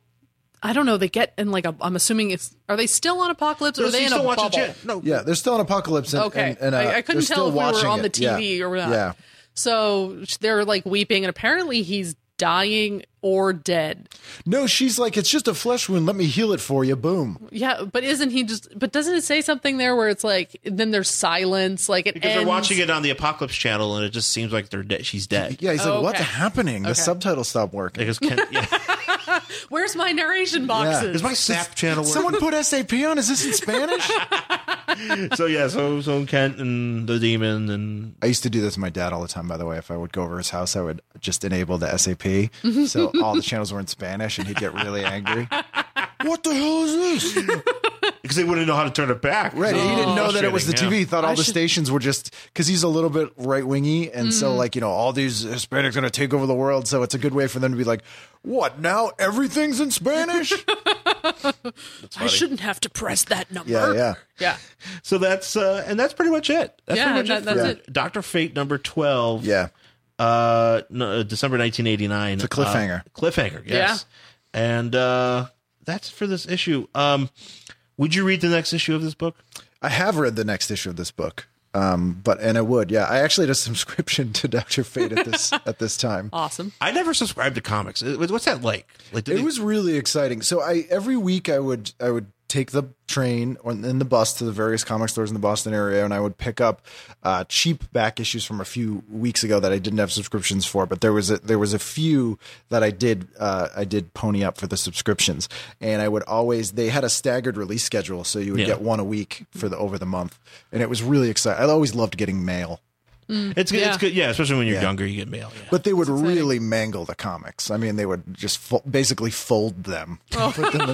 I don't know. They get in like a. I'm assuming it's. Are they still on Apocalypse? Or are
So
they
you
in
still
a
watch
bubble?
it? No,
Yeah, they're still in apocalypse. And,
Okay,
and, and, uh,
I, I couldn't
they're
tell
still
if we were
watching
on the
it. Yeah.
TV or not.
Yeah,
So they're like weeping, and apparently he's dying or dead.
no, she's like, "It's just a flesh wound. Let me heal it for you." Boom.
Yeah, but isn't he just? But doesn't it say something there where it's like then there's silence, like it
because
ends.
they're watching it on the Apocalypse Channel, and it just seems like they're dead. She's dead.
Yeah, he's
Oh,
like, "What's
okay.
happening?" The subtitles stopped working.
Because Ken, yeah.
Where's my narration boxes?
is my SAP channel working?
Someone put SAP on. Is this in Spanish?
so yeah, so so Kent and the demon and
I used to do this with my dad all the time, by the way. If I would go over his house, I would just enable the SAP. So all the channels were in Spanish and he'd get really angry. what the hell is this?
because they wouldn't know how to turn it back.
Right.
So
he didn't know that it was the TV.
frustrating,
He thought all
I
the
should-
stations were just because he's a little bit right wingy. And so, like, you know, all these Hispanics are going to take over the world. So it's a good way for them to be like, what now? Everything's in Spanish?
I shouldn't have to press that number.
yeah, yeah.
yeah.
yeah. So that's uh, and that's pretty much it. That's
Yeah,
pretty much
that-
it.
that's
Yeah.
it.
Doctor Fate number twelve.
Yeah.
uh no, December 1989 it's
a cliffhanger.
cliffhanger yes and uh that's for this issue um would you read the next issue of this book
I have read the next issue of this book. Um, but and I would, yeah. I actually had a subscription to Doctor Fate at this at this time.
Awesome.
i never subscribed to comics It- what's that like like did
it
they-
was really exciting. So I every week I would I would take the train or in the bus to the various comic stores in the Boston area, and I would pick up uh, cheap back issues from a few weeks ago that I didn't have subscriptions for. But there was a, there was a few that I did uh, I did pony up for the subscriptions, and I would always they had a staggered release schedule, so you would
Yeah.
get one a week for the over the month, and it was really exciting. I always loved getting mail.
it's good
yeah.
it's good yeah especially when you're younger you get mail yeah.
But they would really mangle the comics. I mean, they would just fo- basically fold them, put them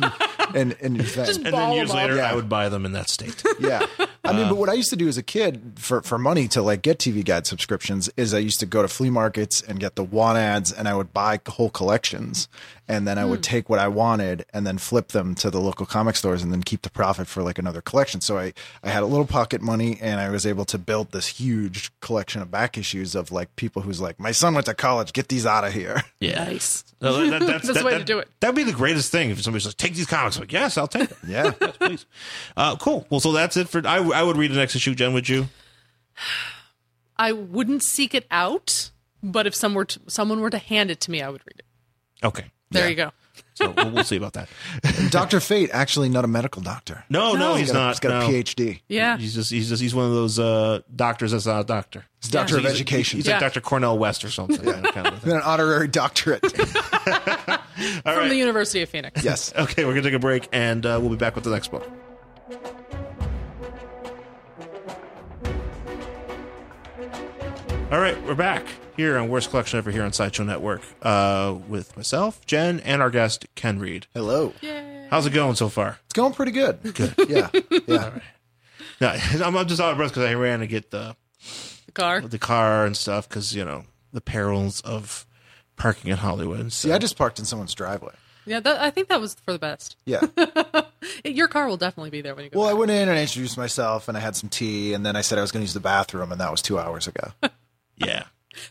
in, in, in
Just
and
Ball
then
'em
years
up.
later
Yeah.
i would buy them in that state
yeah. I mean, but what I used to do as a kid for, for money to like get TV guide subscriptions is I used to go to flea markets and get the want ads and I would buy whole collections and then I would take what I wanted and then flip them to the local comic stores and then keep the profit for like another collection. So I, I had a little pocket money and I was able to build this huge collection of back issues of like people who's like, my son went to college, get these out of here.
yeah
Nice.
No, that- that's,
That's the
that-
way to
that-
do it.
That'd be the greatest thing if somebody says, "Take these comics." I'm like, yes, I'll take them.
Yeah.
Please. Uh, cool. Well, so that's it for. I, I would read the next issue, Jen. Would you?
I wouldn't seek it out, but if some were to, someone were to hand it to me, I would read it.
Okay.
There you go.
So we'll, we'll see about that.
Dr. Fate, actually not a medical doctor.
No, no, he's,
He's got, a,
not.
he's got
no.
a PhD.
Yeah.
He's just he's just he's one of those uh, doctors that's not a doctor.
He's doctor of
He's-
education.
He's
Yeah.
like Dr. Cornell West or something. you know, kind of thing.
He's got an honorary doctorate.
All
From the
right.
University of Phoenix.
yes.
Okay, we're gonna take a break and uh, we'll be back with the next book. All right, we're back here on Worst Collection Ever here on Sideshow Network uh, with myself, Jen, and our guest Ken Reed.
Hello.
Yay.
How's it going so far?
It's going pretty good. Good. Yeah. Yeah.
No, I'm I'm just out of breath because I ran to get the
The car.
the car and stuff because you know the perils of parking in Hollywood. So.
See, I just parked in someone's driveway.
Yeah, that, I think that was for the best.
Yeah.
Your car will definitely be there when you go.
Well, I
back.
went in and I introduced myself and I had some tea and then I said I was going to use the bathroom and that was two hours ago.
yeah,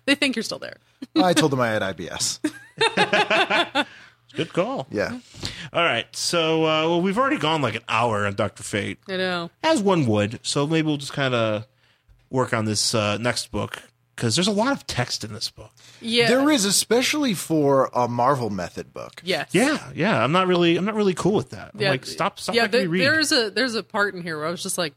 they think you're still there.
I told them I had IBS.
good call.
Yeah.
All right, so uh, well, we've already gone like an hour on Doctor Fate,
I know.
as one would. So maybe we'll just kind of work on this uh, next book because there's a lot of text in this book.
Yeah.
There is, especially for a Marvel method book.
Yes.
Yeah, yeah. I'm not really, I'm not really cool with that. I'm
Yeah,
like, stop, stop.
Yeah,
making
there-
me read.
there's a there's a part in here where I was just like,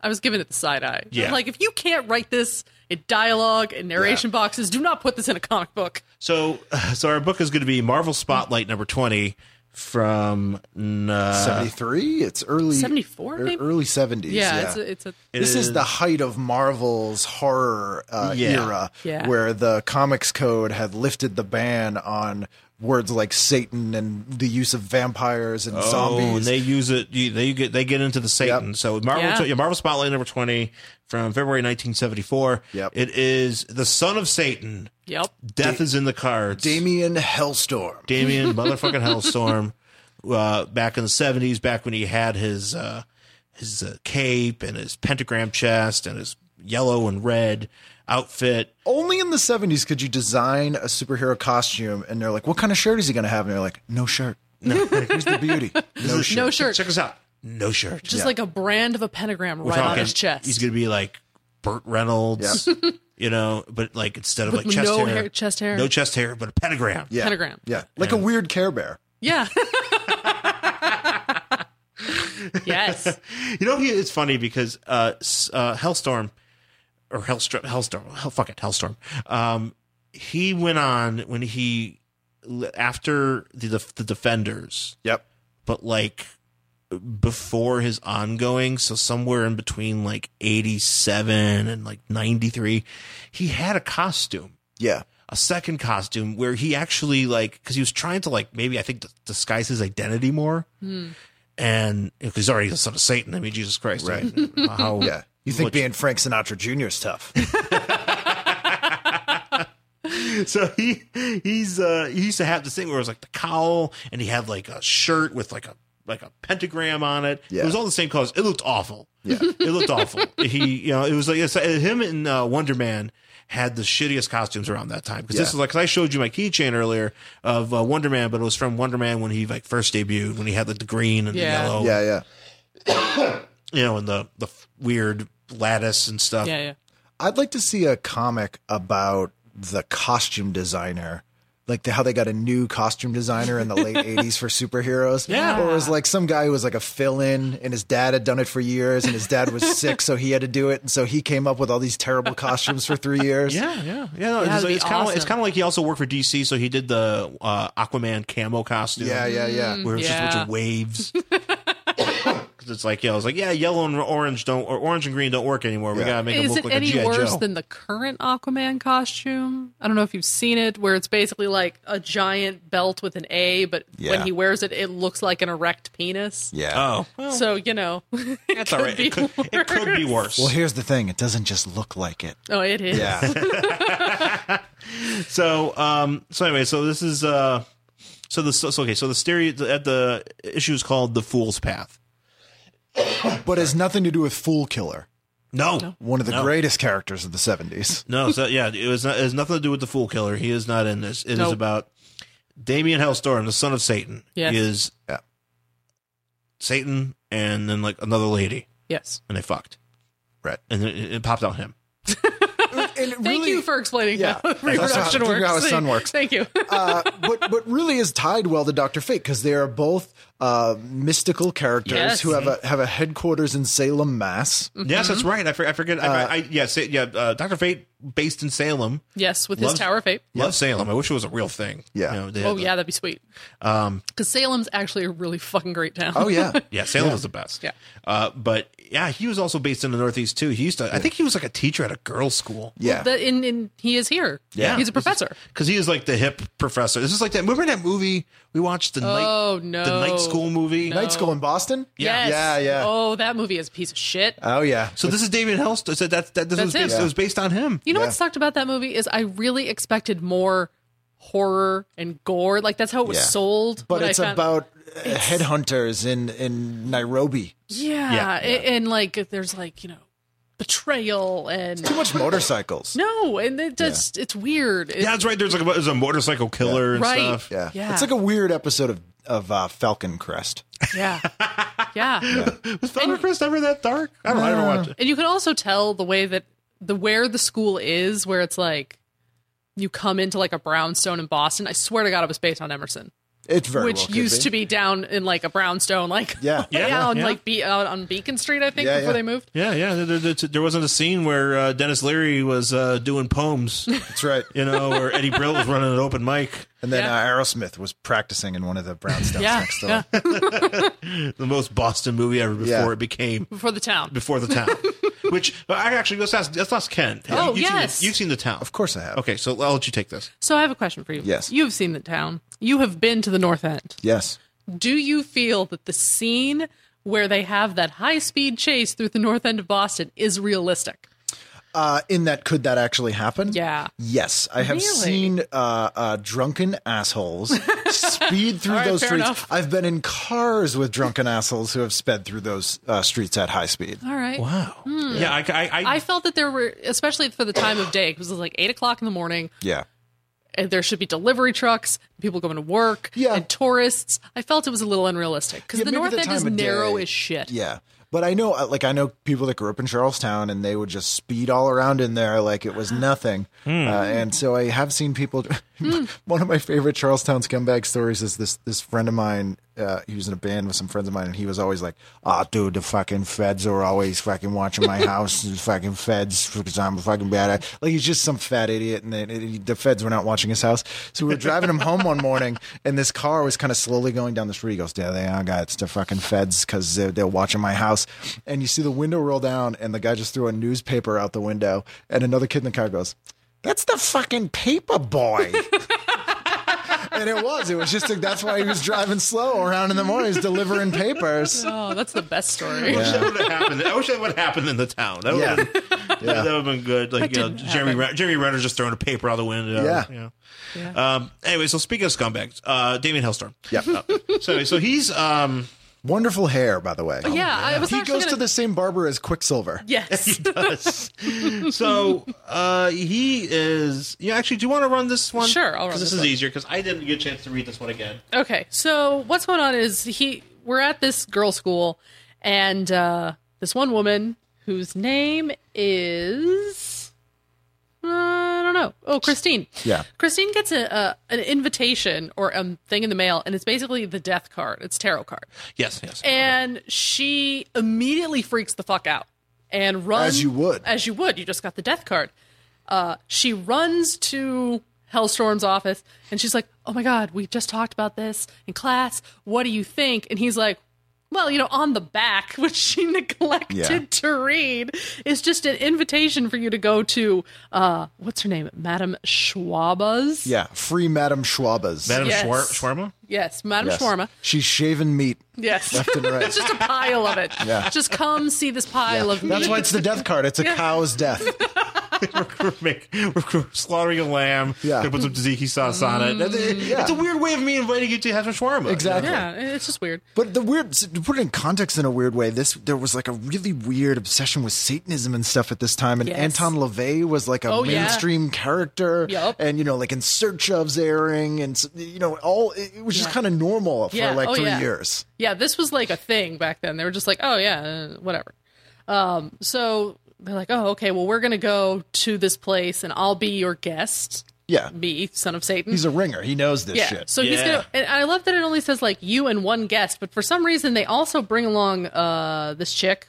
I was giving it the side eye. I'm
Yeah.
like if you can't write this in dialogue and narration boxes, do not put this in a comic book.
So, so our book is going to be Marvel Spotlight number 20, from uh,
Seventy three. It's early
74
er-
maybe?
early seventies.
yeah,
Yeah,
it's a, it's a
it
this is the height of Marvel's horror uh,
Yeah.
era,
Yeah.
where the Comics Code had lifted the ban on words like Satan and the use of vampires and
Oh, and
zombies.
they use it. you- They get they get into the Satan. So Marvel,
Yeah.
yeah, Marvel Spotlight number twenty from February nineteen seventy four.
Yep.
it is the son of Satan.
yep.
Death is in the cards.
Damien Hellstorm.
Damien motherfucking Hellstorm. Uh, back in the seventies, back when he had his uh, his uh, cape and his pentagram chest and his yellow and red outfit.
Only in the seventies could you design a superhero costume, and they're like, "What kind of shirt is he going to have?" And they're like, "No shirt." No. Here's the beauty. No shirt.
No shirt,
Check this out. No shirt.
just like a brand of a pentagram right on
talking-
his chest.
He's gonna be like Burt Reynolds, you know, but like instead of like
With
chest
no
hair,
hair- chest hair.
no chest hair, but a pentagram.
Yeah.
Pentagram.
Yeah. Like a weird Care Bear.
Yeah. yes.
You know, he, it's funny because uh, s- uh, Hellstorm or Hellstorm, Hellstorm, hell, fuck it, Hellstorm. Um, he went on when he after the the, the Defenders,
Yep.
but like before his ongoing so somewhere in between like 87 and like 93 he had a costume
Yeah.
a second costume where he actually like because he was trying to like maybe I think d- disguise his identity more,
Hmm.
and because he's already the son of Satan. I mean, Jesus Christ,
Right.
I mean, how-
Yeah. You think
Look-
being Frank Sinatra Jr. is tough?
So he he's uh he used to have this thing where it was like the cowl, and he had like a shirt with like a like a pentagram on it.
Yeah.
It was all the same colors. It looked awful. Yeah, it looked awful. He you know it was like it's, him and uh, Wonder Man. Had the shittiest costumes around that time because this
Yeah.
is like 'cause I showed you my keychain earlier of uh, Wonder Man, but it was from Wonder Man when he like first debuted when he had like the green and
Yeah.
the yellow,
Yeah, yeah.
you know, and the the f- weird lattice and stuff.
Yeah, yeah.
I'd like to see a comic about the costume designer. Like the, how they got a new costume designer in the late 80s for superheroes.
Yeah.
Or it was like some guy who was like a fill in and his dad had done it for years and his dad was sick, so he had to do it. And so he came up with all these terrible costumes for three years.
Yeah, yeah, yeah.
Yeah,
No, it's
that'd be
it's kind of it's
awesome.
kind of like he also worked for DC, so he did the uh, Aquaman camo costume.
Yeah, yeah, yeah.
Mm.
where it's just a bunch
yeah.
of waves. 'Cause it's like, yeah, I was like, yeah, yellow and orange don't, or orange and green don't work anymore. We
Yeah.
gotta make them
Is
look
it
like a
any
GI
worse
Joe.
than the current Aquaman costume? I don't know if you've seen it, where it's basically like a giant belt with an A, but when
Yeah.
he wears it, it looks like an erect penis.
Yeah.
oh, well,
So you know,
that's all right.
be
It could, it could be worse.
Well, here's the thing it doesn't just look like it.
oh, it is.
Yeah.
so, um, so anyway, so this is, uh, so the so okay, so the stereo at the issue is called the Fool's Path.
but it has nothing to do with Fool Killer,
No,
one of the
No.
greatest characters of the 70s.
No, so yeah, it was not, it has nothing to do with the Fool Killer. He is not in this. It is
Nope.
about Damien Hellstorm, the son of Satan.
Yes.
He is uh,
Yeah.
Satan and then like another lady,
Yes.
and they fucked.
Right.
And it, it popped out him.
And it
Thank
really-
you for explaining
Yeah.
how
That's how-
reproduction
figure
works.
out how sun works.
Thank you.
uh, but but really is tied well to Doctor Fate because they are both uh, mystical characters
Yes.
who have a have a headquarters in Salem, Mass.
Mm-hmm.
Yes, that's right. I, for, I forget. I, I, I yeah, Sa- yeah. Uh, Doctor Fate, based in Salem,
yes, with his
Love-
Tower of Fate.
love Salem. I wish it was a real thing.
Yeah.
You know, they
Oh
had the-
yeah, that'd be sweet.
Um,
Because Salem's actually a really fucking great town.
Oh yeah,
yeah, Salem was the best.
Yeah.
Uh, but yeah, he was also based in the Northeast too. He used to. I think he was like a teacher at a girls' school.
yeah.
That in, in he is here.
Yeah.
he's a
This is-
professor.
because he is like the hip professor. This is like that. Remember that movie we watched the
Oh,
night,
no.
the night school movie.
Night school in Boston.
Yes.
yeah, yeah. Oh,
Oh, that movie is a piece of shit.
yeah.
So this is David Hellst. So that that this
That's
was based,
him.
it was based on him.
You know
Yeah.
what sucked about that movie is I really expected more horror and gore. Like that's how it was
Yeah.
sold.
but
what
it's
I found-
about uh headhunters in in Nairobi.
yeah,
Yeah.
a- and like there's like you know betrayal and
Too much motorcycles.
no, and it just it's weird. It-
Yeah, that's right. There's like a, there's a motorcycle killer and
Right.
stuff.
Yeah.
Yeah.
it's like a weird episode of of uh, Falcon Crest.
yeah, yeah.
Was Feldercrest ever that dark? I don't know. I never watched it.
And you can also tell the way that the where the school is, where it's like you come into like a brownstone in Boston. I swear to God, it was based on Emerson.
It very
which
well could
used
be.
to be down in like a brownstone, like
Yeah.
yeah,
Yeah,
on
yeah.
like be out on Beacon Street, I think,
Yeah,
before
yeah.
they moved.
Yeah, yeah. There, there, there- there wasn't a scene where uh, Dennis Leary was uh, doing poems,
That's right.
you know, or Eddie Brill was running an open mic.
And then
Yeah.
uh, Aerosmith was practicing in one of the brownstones
Yeah,
next door.
yeah,
The most Boston movie ever before
Yeah.
it became
before the town.
before the town. Which I actually let's ask let's ask Ken.
Oh,
you've
yes.
seen the, you've seen the town.
Of course I have.
Okay, so I'll let you take this.
So I have a question for you.
Yes.
you've seen the town. You have been to the North End.
Yes.
Do you feel that the scene where they have that high speed chase through the North End of Boston is realistic?
Uh, in that, could that actually happen?
Yeah.
Yes, I have
Really?
seen uh, uh, drunken assholes speed through
All right,
those
fair
streets.
enough.
I've been in cars with drunken assholes who have sped through those uh, streets at high speed.
All right.
Wow. Yeah, I, I, I,
Hmm. I felt that there were, especially for the time of day, because it was like eight o'clock in the morning.
Yeah.
And there should be delivery trucks, people going to work,
Yeah.
and tourists. I felt it was a little unrealistic because
Yeah,
the
maybe
North
the
End is
time of
narrow
day.
as shit.
Yeah. But I know, like, I know people that grew up in Charlestown and they would just speed all around in there like it was nothing. Uh, and so I have seen people. One of my favorite Charlestown scumbag stories is this this friend of mine. Uh, he was in a band with some friends of mine, and he was always like, "Ah, dude, the fucking feds are always fucking watching my house. The fucking feds, because I'm a fucking bad." Like he's just some fat idiot, and they, the feds were not watching his house. So we were driving him home one morning, and this car was kind of slowly going down the street. He goes, "There they are, guys. It's the fucking feds because they're, they're watching my house." And you see the window roll down, and the guy just threw a newspaper out the window, and another kid in the car goes. That's the fucking paper boy. and it was. It was just like, that's why he was driving slow around in the morning. He was delivering papers.
Oh, that's the best story.
wish that would have happened. I wish that would have happened in the town. That would
Yeah.
have been, that would have been good. Like you know,
didn't
Jeremy Ren- Jeremy Renner's just throwing a paper out the window.
Yeah.
You know.
Yeah.
Um, anyway, so speaking of scumbags, uh, Damien Hellstorm. Uh,
Yep.
So so he's um,
Wonderful hair, by the way.
Yeah, I was
He
actually
goes to
gonna-
the same barber as Quicksilver.
Yes.
us. so uh, he is. Yeah, actually, do you want to run this one?
Sure, I'll run
'Cause this,
this
is
one.
easier because I didn't get a chance to read this one again.
Okay, so what's going on is he we're at this girl school, and uh, this one woman whose name is uh, I don't know. Oh, Christine.
Yeah.
Christine gets a, a an invitation or a thing in the mail, and it's basically the death card. It's tarot card,
Yes, yes.
and she immediately freaks the fuck out and runs
As you would.
as you would. You just got the death card. Uh, she runs to Hellstorm's office and she's like, "Oh my god, we just talked about this in class. What do you think?" And he's like, "Well, you know, on the back, which she neglected
Yeah.
to read, is just an invitation for you to go to uh, what's her name, Madame Schwaba's.
Yeah. Free Madame Schwabas.
Madam
Yes.
Schwar- Schwarma.
Yes, Madame
Yes.
Schwarma.
She's shaving meat
Yes,
left and right.
just a pile of it.
Yeah.
Just come see this pile of meat.
That's why it's the death card. It's a cow's death.
we're, make, we're slaughtering a lamb.
Yeah.
They put some tzatziki sauce on it. That's- It's a weird way of me inviting you to have some shawarma.
Exactly.
yeah, it's just weird.
But the weird to put it in context in a weird way, this there was like a really weird obsession with Satanism and stuff at this time, and
Yes.
Anton LaVey was like a
Oh, yeah.
mainstream character,
Yup.
and you know, like in search of's airing, and s- you know, all it it was just
Yeah.
kind of normal for
Yeah,
like
oh,
three
yeah.
years.
Yeah, this was like a thing back then. They were just like, oh yeah, uh, whatever. Um, so they're like, oh okay, well we're gonna go to this place and I'll be your guest.
Yeah,
Me, son of Satan.
he's a ringer. He knows this
yeah.
shit.
So he's
Yeah.
gonna. And I love that it only says like you and one guest, but for some reason they also bring along uh this chick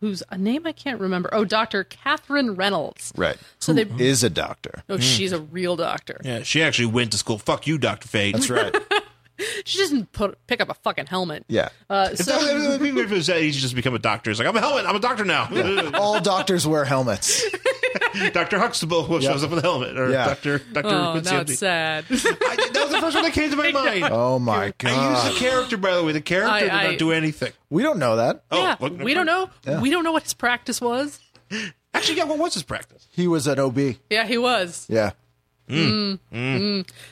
whose a name I can't remember. Oh, Doctor Catherine Reynolds.
right.
So they.
Is a doctor.
Oh, she's a real doctor.
Yeah, she actually went to school. Fuck you, Dr. Fade.
That's right.
She doesn't put pick up a fucking helmet.
Yeah.
Uh,
If, that,
so
if, if it was that easy, just become a doctor. It's like, I'm a helmet. I'm a doctor now.
All doctors wear helmets.
Dr. Huxtable who shows up with a helmet. Or
Yeah.
Dr. Dr.
oh, now
Quincy.
it's sad.
I, that was the first one that came to my mind.
Oh my
I
god.
used the character, by the way. The character
I-
did not
I-
do anything.
we don't know that.
Oh,
yeah,
what-
we don't know. We don't know what his practice was.
Actually, yeah, what was his practice?
He was at OB.
Yeah, he was.
Yeah.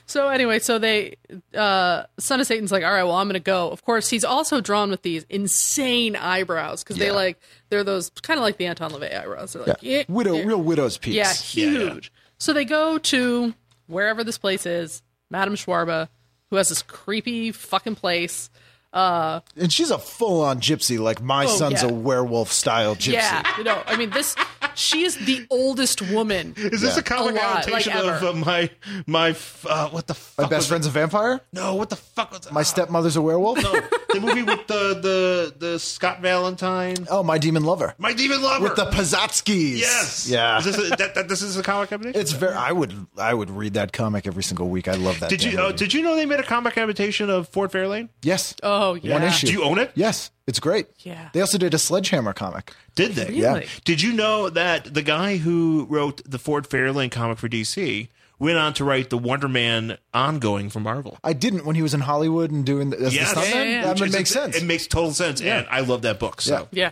So anyway, so they uh Son of Satan's like, "All right, well, I'm going to go." Of course, he's also drawn with these insane eyebrows cuz they
Yeah.
like they're those kind of like the Anton LaVey eyebrows. They're like,
Yeah.
yeah.
Widow, real widow's piece.
Yeah,
Yeah,
huge.
yeah.
So they go to wherever this place is, Madame Schwarba, who has this creepy fucking place.
And she's a full on gypsy, like my son's
yeah.
Oh,
a werewolf style gypsy.
Yeah, you know, I mean this she is the oldest woman.
Is this
Yeah.
a comic
A lot, like
adaptation of
ever.
uh, my my f- uh, what the fuck?
My best
was
friend's a vampire.
it? No, what the fuck was
My
ah,
stepmother's a werewolf.
no, the movie with the the the Scott Valentine,
Oh, my demon lover.
my demon lover
With the Pazatskis.
yes,
Yeah.
Is this a, that, that this is a comic adaptation?
It's very. I would. I would read that comic every single week. I love that.
did you
damn
oh,
movie.
did you know they made a comic adaptation of Fort Fairlane?
yes.
Oh yeah.
One issue.
Do you own it?
Yes. It's great.
Yeah.
They also did a Sledgehammer comic.
Did they?
Really?
Did you know that the guy who wrote the Ford Fairlane comic for DC went on to write the Wonder Man ongoing for Marvel?
I didn't when he was in Hollywood and doing the, as
Yes.
the stuntman.
Yeah, yeah, yeah.
That would
It's-
make sense.
It makes total sense, and I love that book. So
Yeah.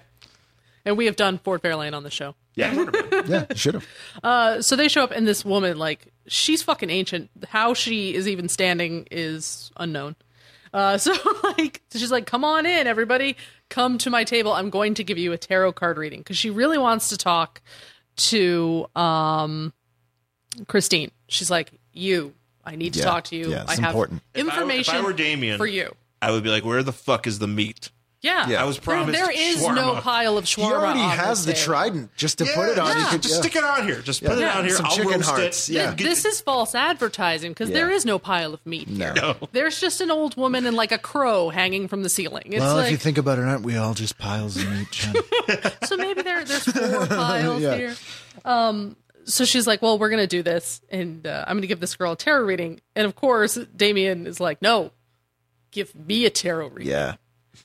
And we have done Fort Fairlane on the show. Uh,
yeah, Wonder Man.
yeah, you should have.
so they show up and this woman like she's fucking ancient how she is even standing is unknown uh, so like she's like come on in everybody come to my table i'm going to give you a tarot card reading because she really wants to talk to um christine she's like you i need to
Yeah.
talk to you
Yeah, it's
i have
important.
information
If I were Damien,
for you
I would be like, "Where the fuck is the meat?"
yeah,
Yeah. I
was
There-
promised
there is no
shawarma.
pile of shawarma
He already
on
has the
this table.
trident. Just to put it on,
just,
he could
just stick it on here. Just put it
Yeah.
on here.
Some
I'll
chicken
roast
hearts,
it.
yeah.
Get-
this is false advertising because there is no pile of meat here.
No.
There's just an old woman and like a crow hanging from the ceiling. It's
Well,
like
if you think about it, aren't we all just piles of meat? John?
so maybe there there's four piles
Yeah.
here. Um, so she's like, "Well, we're gonna do this, and uh, I'm gonna give this girl a tarot reading." And of course, Damien is like, "No, give me a tarot reading."
yeah.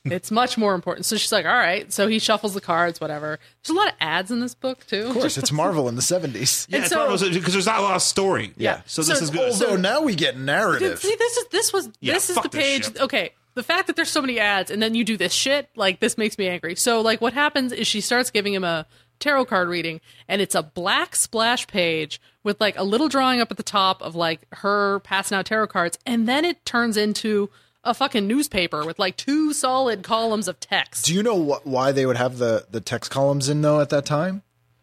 It's much more important. So she's like, "All right." So he shuffles the cards, whatever. There's a lot of ads in this book too.
Of course, it's Marvel in the seventies.
yeah,
and
it's
so-
because there's not a lot of story.
Yeah.
so this
So-
is good.
Although now we get narrative.
See, this is this was
Yeah,
this is
fuck
the
this
page.
shit.
okay, the fact that there's so many ads and then you do this shit, like this makes me angry. So like what happens is she starts giving him a tarot card reading and it's a black splash page with like a little drawing up at the top of like her passing out tarot cards and then it turns into a fucking newspaper with like two solid columns of text.
Do you know wh- why they would have the the text columns in though at that time?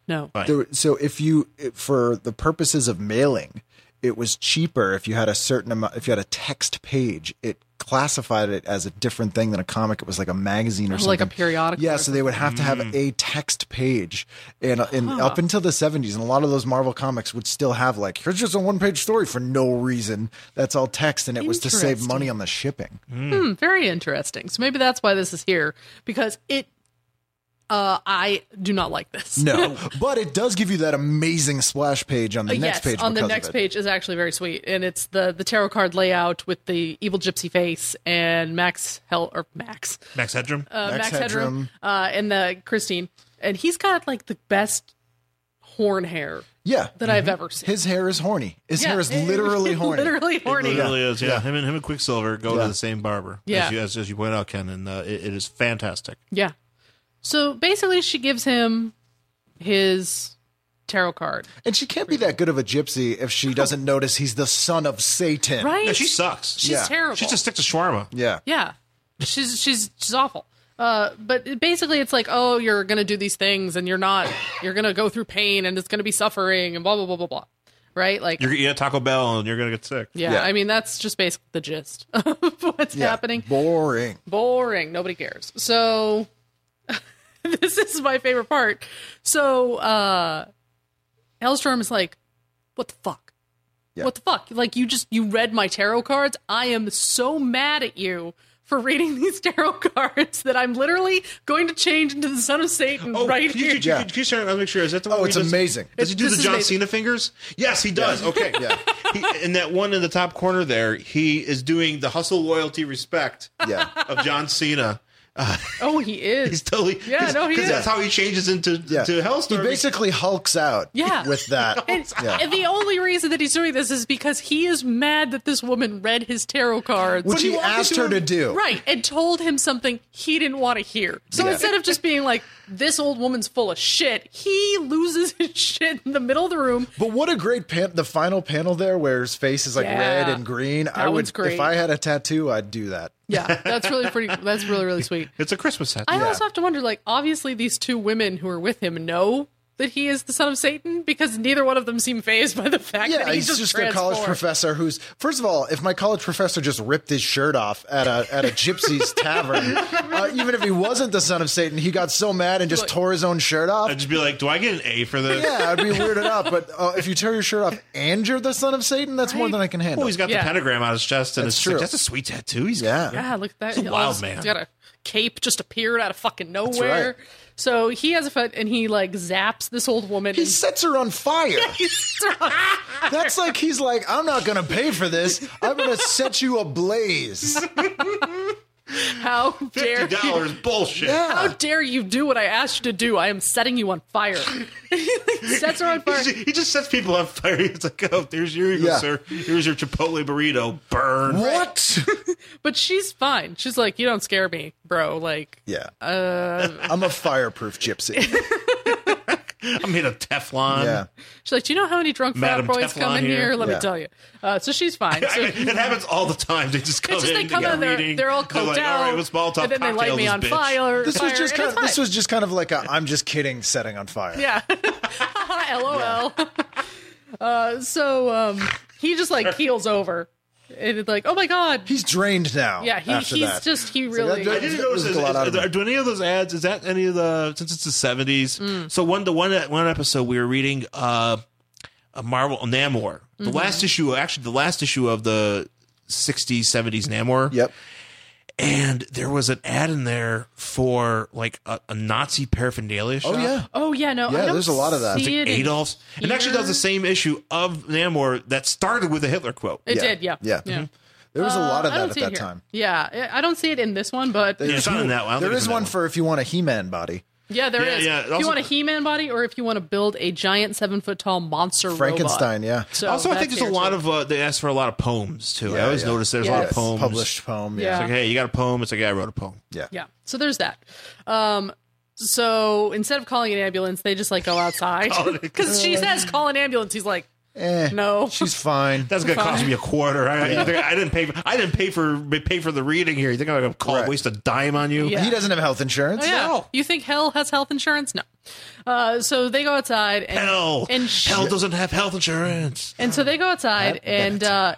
no.
There, were- so if you it- for the purposes of mailing, it was cheaper if you had a certain amount. If you had a text page, it classified it as a different thing than a comic. It was like a magazine or something,
like a periodical
Yeah,
or
so they would have to have a text page, and uh, and up until the seventies, and a lot of those Marvel comics would still have like here's just a one page story for no reason. That's all text, and it was to save
Interesting.
money on the shipping.
Hmm, very interesting. So maybe that's why this is here because it uh I do not like this.
No, but it does give you that amazing splash page on the
Uh,
next
yes,
page.
on the
because of
next
it.
page is actually very sweet, and it's the the tarot card layout with the evil gypsy face and Max Hell or Max
Max Headroom.
uh,
Max
Max, Headroom,
Headroom.
uh, and the Christine, and he's got like the best horn hair
Yeah,
that I've ever seen.
Mm-hmm. his hair is horny. His
Yeah,
hair is
it-
literally horny.
literally horny.
It really is. Yeah.
Yeah.
him and him and Quicksilver go to the same barber.
Yeah.
as you, as, as you point out, Ken, and uh, it, it is fantastic.
Yeah. So basically, she gives him his tarot card,
And she can't be that good of a gypsy if she doesn't notice he's the son of Satan.
right?
Yeah, she sucks.
she's
yeah.
yeah.
terrible.
she just sticks to shawarma.
Yeah.
Yeah. She's she's she's awful. Uh, but it- basically, it's like, oh, you're gonna do these things, and you're not. You're gonna go through pain, and it's gonna be suffering, and blah blah blah blah blah. Right? Like,
You're gonna eat a Taco Bell and you're gonna get sick.
yeah,
yeah.
I mean, that's just basically the gist of what's
Yeah.
happening.
Boring.
Boring. Nobody cares. So this is my favorite part. So uh Hellstrom is like, what the fuck?
Yeah.
What the fuck? Like you just you read my tarot cards. I am so mad at you for reading these tarot cards that I'm literally going to change into the son of Satan
Oh,
right
Oh, can you,
here.
Can you,
Yeah.
can you start, I'll make sure. Is that the one?
Oh,
where
it's
he does-
amazing.
Does he do
This
the
is
John
amazing.
Cena fingers? Yes, he does. Okay.
Yeah.
He, and that one in the top corner there, he is doing the hustle, loyalty, respect
Yeah.
of John Cena.
oh, he is.
He's totally
Yeah, no, he
because
is.
that's how he changes into
Yeah.
to Hellstorm.
he basically hulks out
Yeah.
with that.
and,
Yeah.
and the only reason that he's doing this is because he is mad that this woman read his tarot cards.
Which he
walked
asked
into
her
a-
to do.
Right, and told him something he didn't want to hear. So
Yeah.
instead of just being like, this old woman's full of shit, he loses his shit in the middle of the room.
But what a great pan- the final panel there where his face is like
Yeah.
red and green. I
That
would
one's great.
if I had a tattoo, I'd do that.
Yeah, that's really pretty. That's really, really sweet.
it's a Christmas hat.
I also have to wonder like, obviously, these two women who are with him know that he is the son of Satan? Because neither one of them seem phased by the fact
Yeah,
that he's,
he's, just, a college
transformed.
professor who's first of all, if my college professor just ripped his shirt off at a at a gypsy's tavern, uh, even if he wasn't the son of Satan, he got so mad and just
Look.
tore his own shirt off.
I'd just be like, do I get an A for this?
yeah, I'd be weirded out. But uh, if you tear your shirt off and you're the son of Satan, that's more
Right.
than I can handle.
Oh, he's got
Yeah.
the pentagram on his chest, and
That's
it's just like,
true.
that's a sweet tattoo. He's got.
yeah.
Yeah, Ah, look at that.
He's a
All
wild
this-
man.
He's got a cape just appeared out of fucking nowhere.
right.
So he has a foot and he like zaps this old woman.
He sets her on fire. That's like he's like, I'm not gonna pay for this. I'm gonna set you ablaze.
How dare
Fifty dollars bullshit.
How
Yeah.
dare you do what I asked you to do? I am setting you on fire. he like, sets her on
He
fire.
just- He just sets people on fire. It's like, oh, there's your ego,
Yeah.
sir. Here's your Chipotle burrito. Burn.
What?
But she's fine. She's like, you don't scare me, bro. Like,
Yeah.
Uh,
I'm a fireproof gypsy.
I'm made of Teflon.
Yeah.
she's like, do you know how many drunk frat
Madam
boys
Teflon
come in here?
here.
Let me
Yeah.
tell you. Uh, so she's fine. So,
it happens all the time. They just come
it's just
in.
they come
get
in,
a
they're,
reading.
they're all coked
like,
out,
All right, what's Molotov
and then they light
cocktails
me on
bitch.
fire.
This
fire,
was just
and
kind
it's
of this
fine.
was just kind of like a I'm just kidding setting on fire.
Yeah. Ah, LOL. Uh, so um, he just like keels over. And it's like, oh my God.
He's drained now.
Yeah, he-
after
he's
that.
just- he
It's
really-
that-
I didn't
that
notice.
was
Is,
a lot out of
is-
him.
do any of those ads? Is that any of the since it's the seventies? So one the one one episode we were reading uh, a Marvel Namor. The last issue, actually, the last issue of the '60s '70s Namor.
Yep.
And there was an ad in there for like a, a Nazi paraphernalia. Shop.
Oh yeah.
Oh, yeah, no.
Yeah,
I don't
there's a lot of that.
see
It's
it in
Adolf's. It actually does
here.
the same issue of Namor that started with a Hitler quote.
It
Yeah.
did, yeah.
Yeah. Mhm. There was a lot of
Uh, I don't
that at
see it here.
that time.
Yeah, I I don't see it in this one, but
Yeah, it's not in that one. I don't
There
think it's
is
in that
one
one.
for if you want a He-Man body.
yeah, there is.
Yeah, yeah,
If you
also-
want a He-Man body, or if you want to build a giant seven foot tall monster
Frankenstein,
robot.
yeah.
So
also, I think
that's
there's a
here,
lot
too.
of uh, they asked for a lot of poems too. I
Yeah,
always
yeah.
notice there's a lot
Yes.
of poems.
Published poem.
Yeah.
Yeah.
Like, hey, you got a poem? It's like, yeah, I wrote a poem.
Yeah.
yeah. So there's that. Um, so instead of calling an ambulance, they just like go outside because she says call an ambulance. He's like,
Eh,
No.
She's fine.
That's gonna cost me a quarter. I, you think I didn't pay. For, I didn't pay for pay for the reading here. You think I'm gonna call
Right.
waste a dime on you?
Yeah.
He doesn't have health insurance.
oh, yeah,
No.
you think hell has health insurance? No. Uh, so they go outside and
Hell,
and she-
hell doesn't have health insurance.
And so they go outside,
That-
and uh,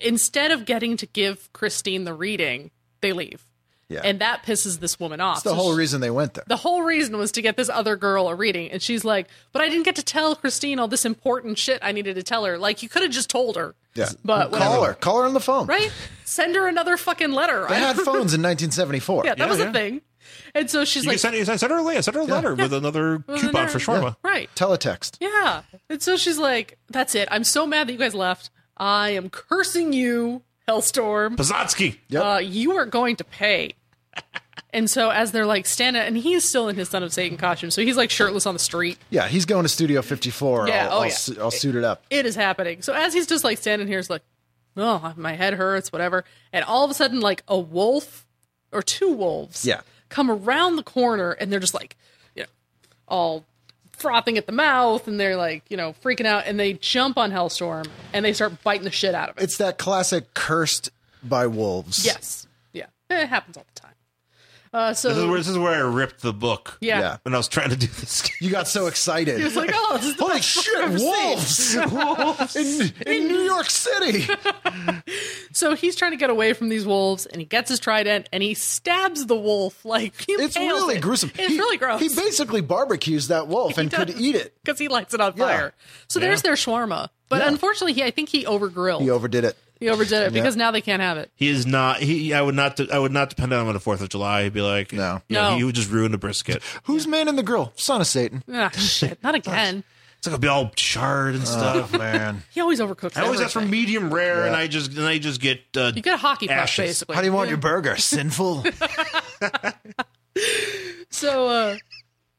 instead of getting to give Christine the reading, they leave.
Yeah.
And that pisses this woman off.
That's the
So
whole
she-
reason they went there.
the whole reason was to get this other girl a reading. And she's like, But I didn't get to tell Christine all this important shit I needed to tell her. Like, you could have just told her.
yeah.
But
Call
whatever.
her. Call her on the phone.
Right? Send her another fucking letter.
They had phones in 1974.
yeah, that was a
yeah.
thing. And so she's
You
like,
can send, I sent her a letter. I sent her a letter with another coupon
another-
for shawarma.
Right.
Teletext.
Yeah. And so she's like, That's it. I'm so mad that you guys left. I am cursing you, Hellstorm.
Pazatsky.
Yep.
uh, you are going to pay. And so as they're like standing, and he's still in his Son of Satan costume, so he's like shirtless on the street.
yeah, he's going to Studio 54.
Yeah,
I'll,
oh,
I'll,
yeah.
su- I'll suit it up.
It is happening. So as he's just like standing here, it's like, oh, my head hurts, whatever. And all of a sudden, like a wolf or two wolves,
Yeah.
come around the corner, and they're just like, you know, all frothing at the mouth, and they're like, you know, freaking out, and they jump on Hellstorm and they start biting the shit out of it.
It's that classic cursed by wolves.
yes, yeah, it happens all the time. Uh, so
This is, where, this is where I ripped the book.
yeah.
Yeah.
When I was trying to do this.
You got so excited.
It's like, oh, this is the
Holy
best book
shit,
I've ever seen.
wolves! in, in New York City!
So he's trying to get away from these wolves, and he gets his trident, and he stabs the wolf like he
It's
impales
really
it.
gruesome.
It's
He-
really gross.
He basically barbecues that wolf and could
does.
eat it.
because he lights it on fire. So there's their shawarma, but
Yeah.
unfortunately, he I think he overgrilled.
He
He,
overdid it.
overdid it because now they can't have it.
He is not. He. I would not. I would not depend on him on the Fourth of July. He'd be like,
No.
you know,
No.
He would just ruin the brisket.
Who's man in the grill? Son of Satan.
Ah, shit, not again.
It's like I'll be all charred
Uh.
and stuff.
man.
He always overcooks.
I always ask for
everything.
medium rare, and I just and I just get. Uh,
You get a hockey puck,
Ashes.
basically.
How do you want your burger? Sinful?
So, uh,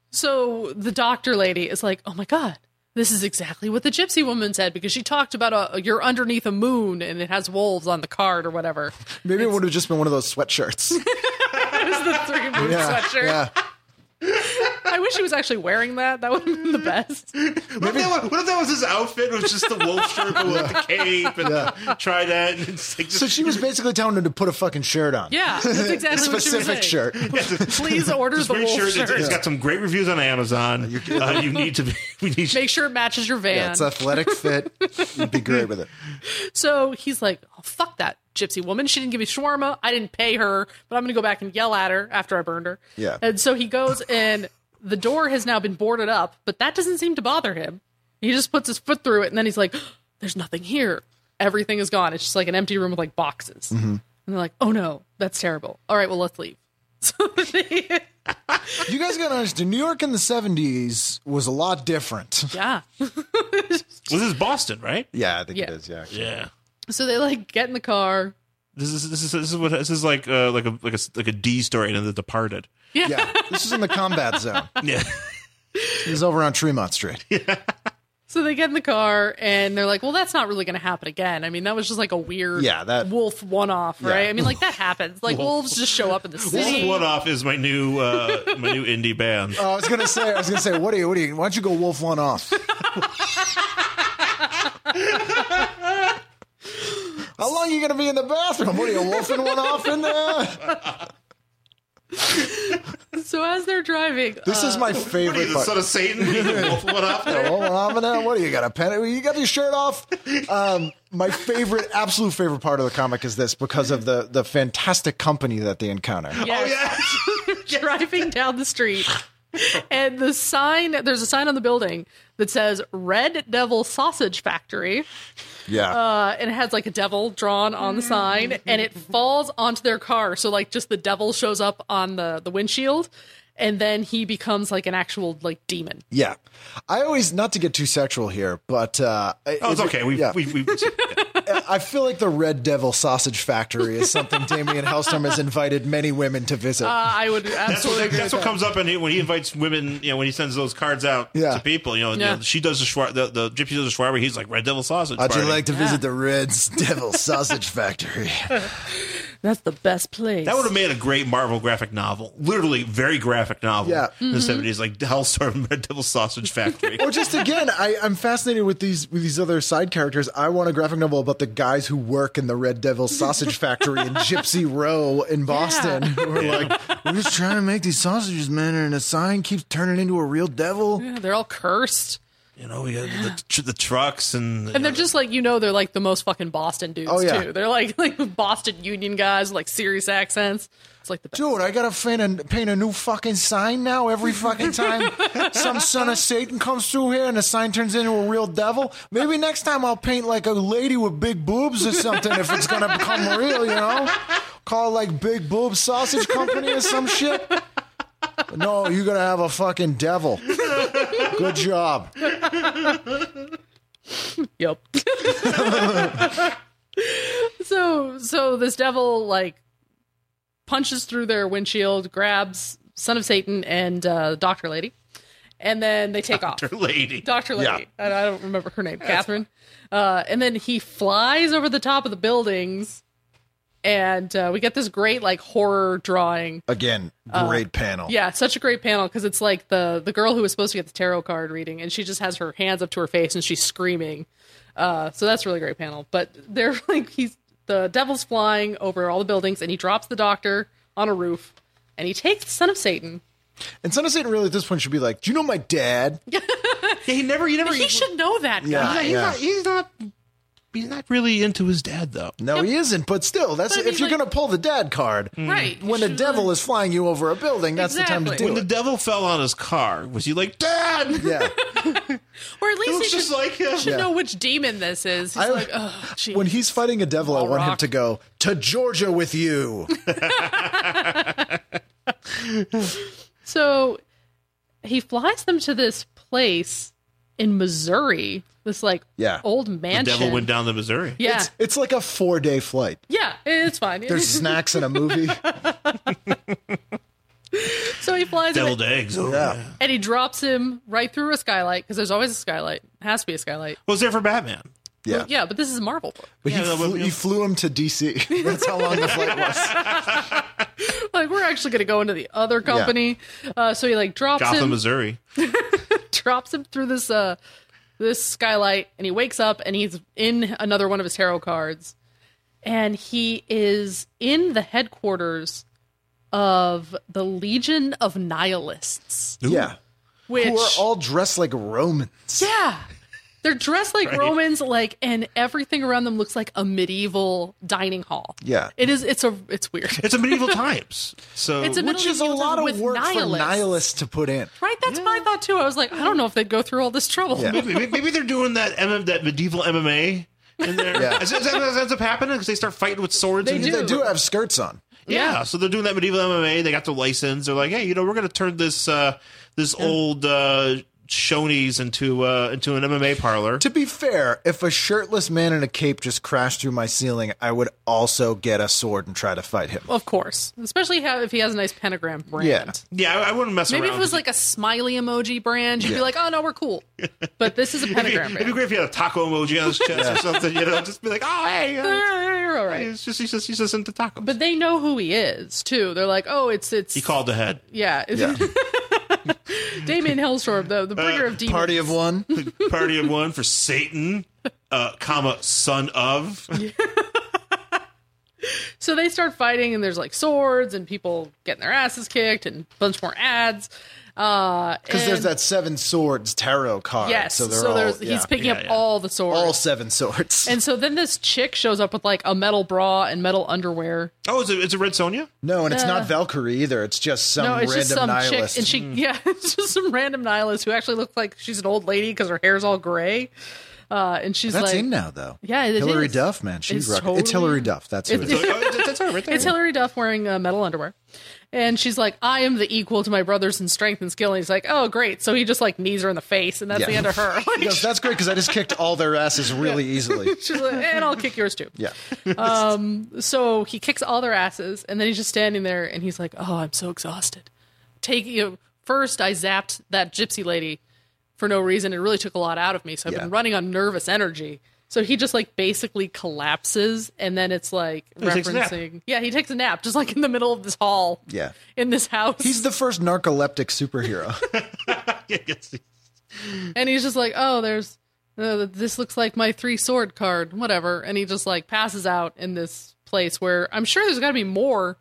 so the doctor lady is like, "Oh my god, this is exactly what the gypsy woman said because she talked about a you're underneath a moon and it has wolves on the card or whatever."
Maybe it would have just been one of those sweatshirts.
It was the three moon
Yeah,
sweatshirt.
yeah.
I I wish he was actually wearing that. That would have been the best.
What if, that was, what if that was his outfit? It was just the wolf shirt but with the cape and the trident. And it's like just,
So she was basically telling him to put a fucking shirt on.
Yeah, that's
A
exactly what she was
specific
saying.
shirt.
Please order
just
the
make
wolf
sure
shirt.
it's- it's got some great reviews on Amazon. Uh, you need to be. We need
Make sure it matches your van.
Yeah, it's athletic fit. You'd be great with it.
So he's like, oh, fuck that gypsy woman. She didn't give me shawarma. I didn't pay her, but I'm going to go back and yell at her after I burned her.
Yeah.
And so he goes and the door has now been boarded up, but that doesn't seem to bother him. He just puts his foot through it and then he's like, "Oh, there's nothing here. Everything is gone. It's just like an empty room with like boxes.
Mm-hmm.
And they're like, oh no, that's terrible. All right, well, let's leave. So they,
You guys gotta understand, New York in the 70s was a lot different.
yeah.
Well, this is Boston, right?
Yeah, I think it
Yeah.
is. Yeah. actually.
Yeah.
So they like get in the car.
This is this is this is what this is like uh, like a like a like a D story in The Departed.
Yeah. This is in the combat zone.
Yeah.
It was over on Tremont Street.
So they get in the car and they're like, "Well, that's not really going to happen again." I mean, that was just like a weird,
Yeah, that-
wolf one-off, right? I mean, like that happens. Like wolves just show up in the city.
Wolf One Off is my new uh, my new indie band.
Oh, I was gonna say, I was gonna say, what are you, what are you, why don't you go wolf one off? How long you gonna be in the bathroom? What are you wolfing one off in there?
So as they're driving, uh,
This is my
Uh, What are you,
favorite
the
part.
son of Satan? You the Wolf One Off.
Yeah, well, well, I'm gonna- What do you got? A pen? You got your shirt off? Um, my favorite, absolute favorite part of the comic is this because of the the fantastic company that they encounter.
Oh,
yes, driving down the street, and the sign there's a sign on the building that says "Red Devil Sausage Factory,"
Yeah,
uh, and it has like a devil drawn on the sign, and it falls onto their car. So like, just the devil shows up on the the windshield. And then he becomes like an actual like demon.
yeah. I always not to get too sexual here, but uh,
Oh, it's okay. We
yeah.
we we.
I feel like the Red Devil Sausage Factory is something Damien Hellstrom has invited many women to visit.
Uh, I would
That's what,
absolutely agree
that's
with
what comes up in, when he invites women. You know, when he sends those cards out
Yeah.
to people. You know, you
Yeah.
know, she does the, schwa- the the gypsy does the schwarber. He's like red devil sausage.
How'd you
party."
like to
Yeah.
visit the Red Devil Sausage Factory?
that. That's the best place.
That would have made a great Marvel graphic novel. Literally, very graphic novel.
Yeah.
in
Mm-hmm.
the 70s, like Hellstorm, Red Devil Sausage Factory.
Or just again, I, I'm fascinated with these with these other side characters. I want a graphic novel about the guys who work in the Red Devil Sausage Factory in Gypsy Row in Boston. Who are like, we're just trying to make these sausages, man, and a sign keeps turning into a real devil.
Yeah, they're all cursed,
you know, we got the, tr- the trucks and,
and they're just like you know they're like the most fucking Boston dudes
Oh, yeah.
too. They're like like Boston Union guys, with, like serious accents. It's like the best.
Dude, I gotta paint a, paint a new fucking sign now every fucking time some son of Satan comes through here and the sign turns into a real devil. Maybe next time I'll paint like a lady with big boobs or something if it's gonna become real, you know? Call like Big Boob Sausage Company or some shit. No, you're gonna have a fucking devil. Good job.
Yep. so so this devil like punches through their windshield, grabs son of Satan and uh, Doctor Lady, and then they take off.
lady.
Doctor Lady. I, I don't remember her name. Catherine. Uh, and then he flies over the top of the buildings, and uh, we get this great like horror drawing.
Again, great panel.
Uh, Yeah, such a great panel because it's like the the girl who was supposed to get the tarot card reading, and she just has her hands up to her face and she's screaming. Uh, so that's a really great panel. But they're like he's the devil's flying over all the buildings, and he drops the doctor on a roof, and he takes the son of Satan.
And Son of Satan really at this point should be like, Do you know my dad?
Yeah, he never, he never.
He should know that. guy.
Yeah.
he's, Not, he's not. He's not really into his dad though.
No, he isn't, but still, that's
But I mean,
if you're
like-
gonna pull the dad card.
right.
when the devil is flying you over a building, that's the time to
Exactly.
do
The
it.
devil fell on his car. Was he like dad? It
yeah.
or at least he
looks
should
just like him.
should know which demon this is. He's
I-
like, oh, geez.
When he's fighting a devil, I want him
rock.
to go to Georgia with you.
so he flies them to this place in Missouri, this like
Yeah.
old
The
mansion.
devil went down to Missouri.
Yeah,
It's, it's like a four day flight.
yeah, it's fine.
There's snacks and a movie.
so he flies him
Deviled eggs. Oh, yeah.
Yeah.
and he drops him right through a skylight because there's always a skylight. Has to be a skylight.
Well, it's there for Batman.
Yeah.
Yeah, but this is a Marvel book.
But he,
Yeah, no, but,
flew,
you know-
he flew him to DC. That's how long the flight was.
like we're actually going to go into the other company. Uh, so he like drops
Gotham,
him,
Missouri.
drops him through this uh this skylight, and he wakes up and he's in another one of his tarot cards, and he is in the headquarters of the Legion of Nihilists,
yeah.
which
Who are all dressed like Romans.
Yeah. They're dressed like Romans, like, and everything around them looks like a medieval dining hall.
Yeah.
it is. It's a. It's weird.
It's a medieval times. So
It's a
Which is a
medieval
lot of
with
work for
nihilists.
nihilists to put in.
Right, that's my thought too. I was like, I don't know if they'd go through all this trouble.
Yeah.
maybe, maybe they're doing that MM, that medieval MMA in there.
Yeah.
Is, that- is that what ends up happening? Because they start fighting with swords.
They
and,
do.
They do have skirts on.
Yeah. So they're doing that medieval MMA. They got the license. They're like, hey, you know, we're going to turn this uh, this old uh, Shoney's into uh, into an MMA parlor.
To be fair, if a shirtless man in a cape just crashed through my ceiling, I would also get a sword and try to fight him.
Of course, especially how, if he has a nice pentagram brand.
Yeah.
Yeah, I, I wouldn't mess
Maybe
around.
if it was like a smiley emoji brand, you'd be like, oh no, we're cool. But this is a pentagram
It'd be
brand.
great if you had a taco emoji on his chest or something, you know, just be like, oh, hey,
Yeah,
uh,
yeah, You're all right.
he's just he's just he's just into tacos.
But they know who he is too. They're like, oh, it's it's
he called ahead.
yeah,
Yeah.
Damien Hellstorm, the the bringer
Uh,
of demons.
Party of one.
Party of one for Satan, uh, comma son of.
So they start fighting, and there's like swords and people getting their asses kicked, and a bunch more ads. Because
Because there's that seven swords tarot card.
yes, so,
So they're all,
there's
yeah.
he's picking
Yeah,
up
yeah.
all the swords.
all seven swords.
and so then this chick shows up with like a metal bra and metal underwear.
Oh, is it, it's a Red Sonia?
no, and it's not Valkyrie either. It's just some
No, it's
random
just some
nihilist. Hmm.
chick, and she yeah, it's just some random nihilist who actually looks like she's an old lady because her hair's all gray. Uh, and she's
That's
like,
in now, though.
Yeah, it
Hillary
is.
Duff, man.
It's
She's rocking. It's
totally-
Hillary Duff. That's who it
It's-
is.
Oh, that- that's her right there.
It's Hillary Duff wearing uh, metal underwear. And she's like, I am the equal to my brothers in strength and skill. And he's like, oh, great. So he just like knees her in the face, and that's
Yeah.
the end of her. Like,
He goes, That's great because I just kicked all their asses really easily.
she's like, and I'll kick yours too.
Yeah.
So he kicks all their asses, and then he's just standing there, and he's like, oh, I'm so exhausted. Take you know, First, I zapped that gypsy lady for no reason. It really took a lot out of me. So I've
Yeah.
been running on nervous energy. So he just like basically collapses, and then it's like
takes a nap.
referencing. Yeah, he takes a nap just like in the middle of this hall.
Yeah.
In this house.
He's the first narcoleptic superhero.
Yeah, yes.
and he's just like, "Oh, there's uh, this looks like my three sword card, whatever." And he just like passes out in this place where I'm sure there's got to be more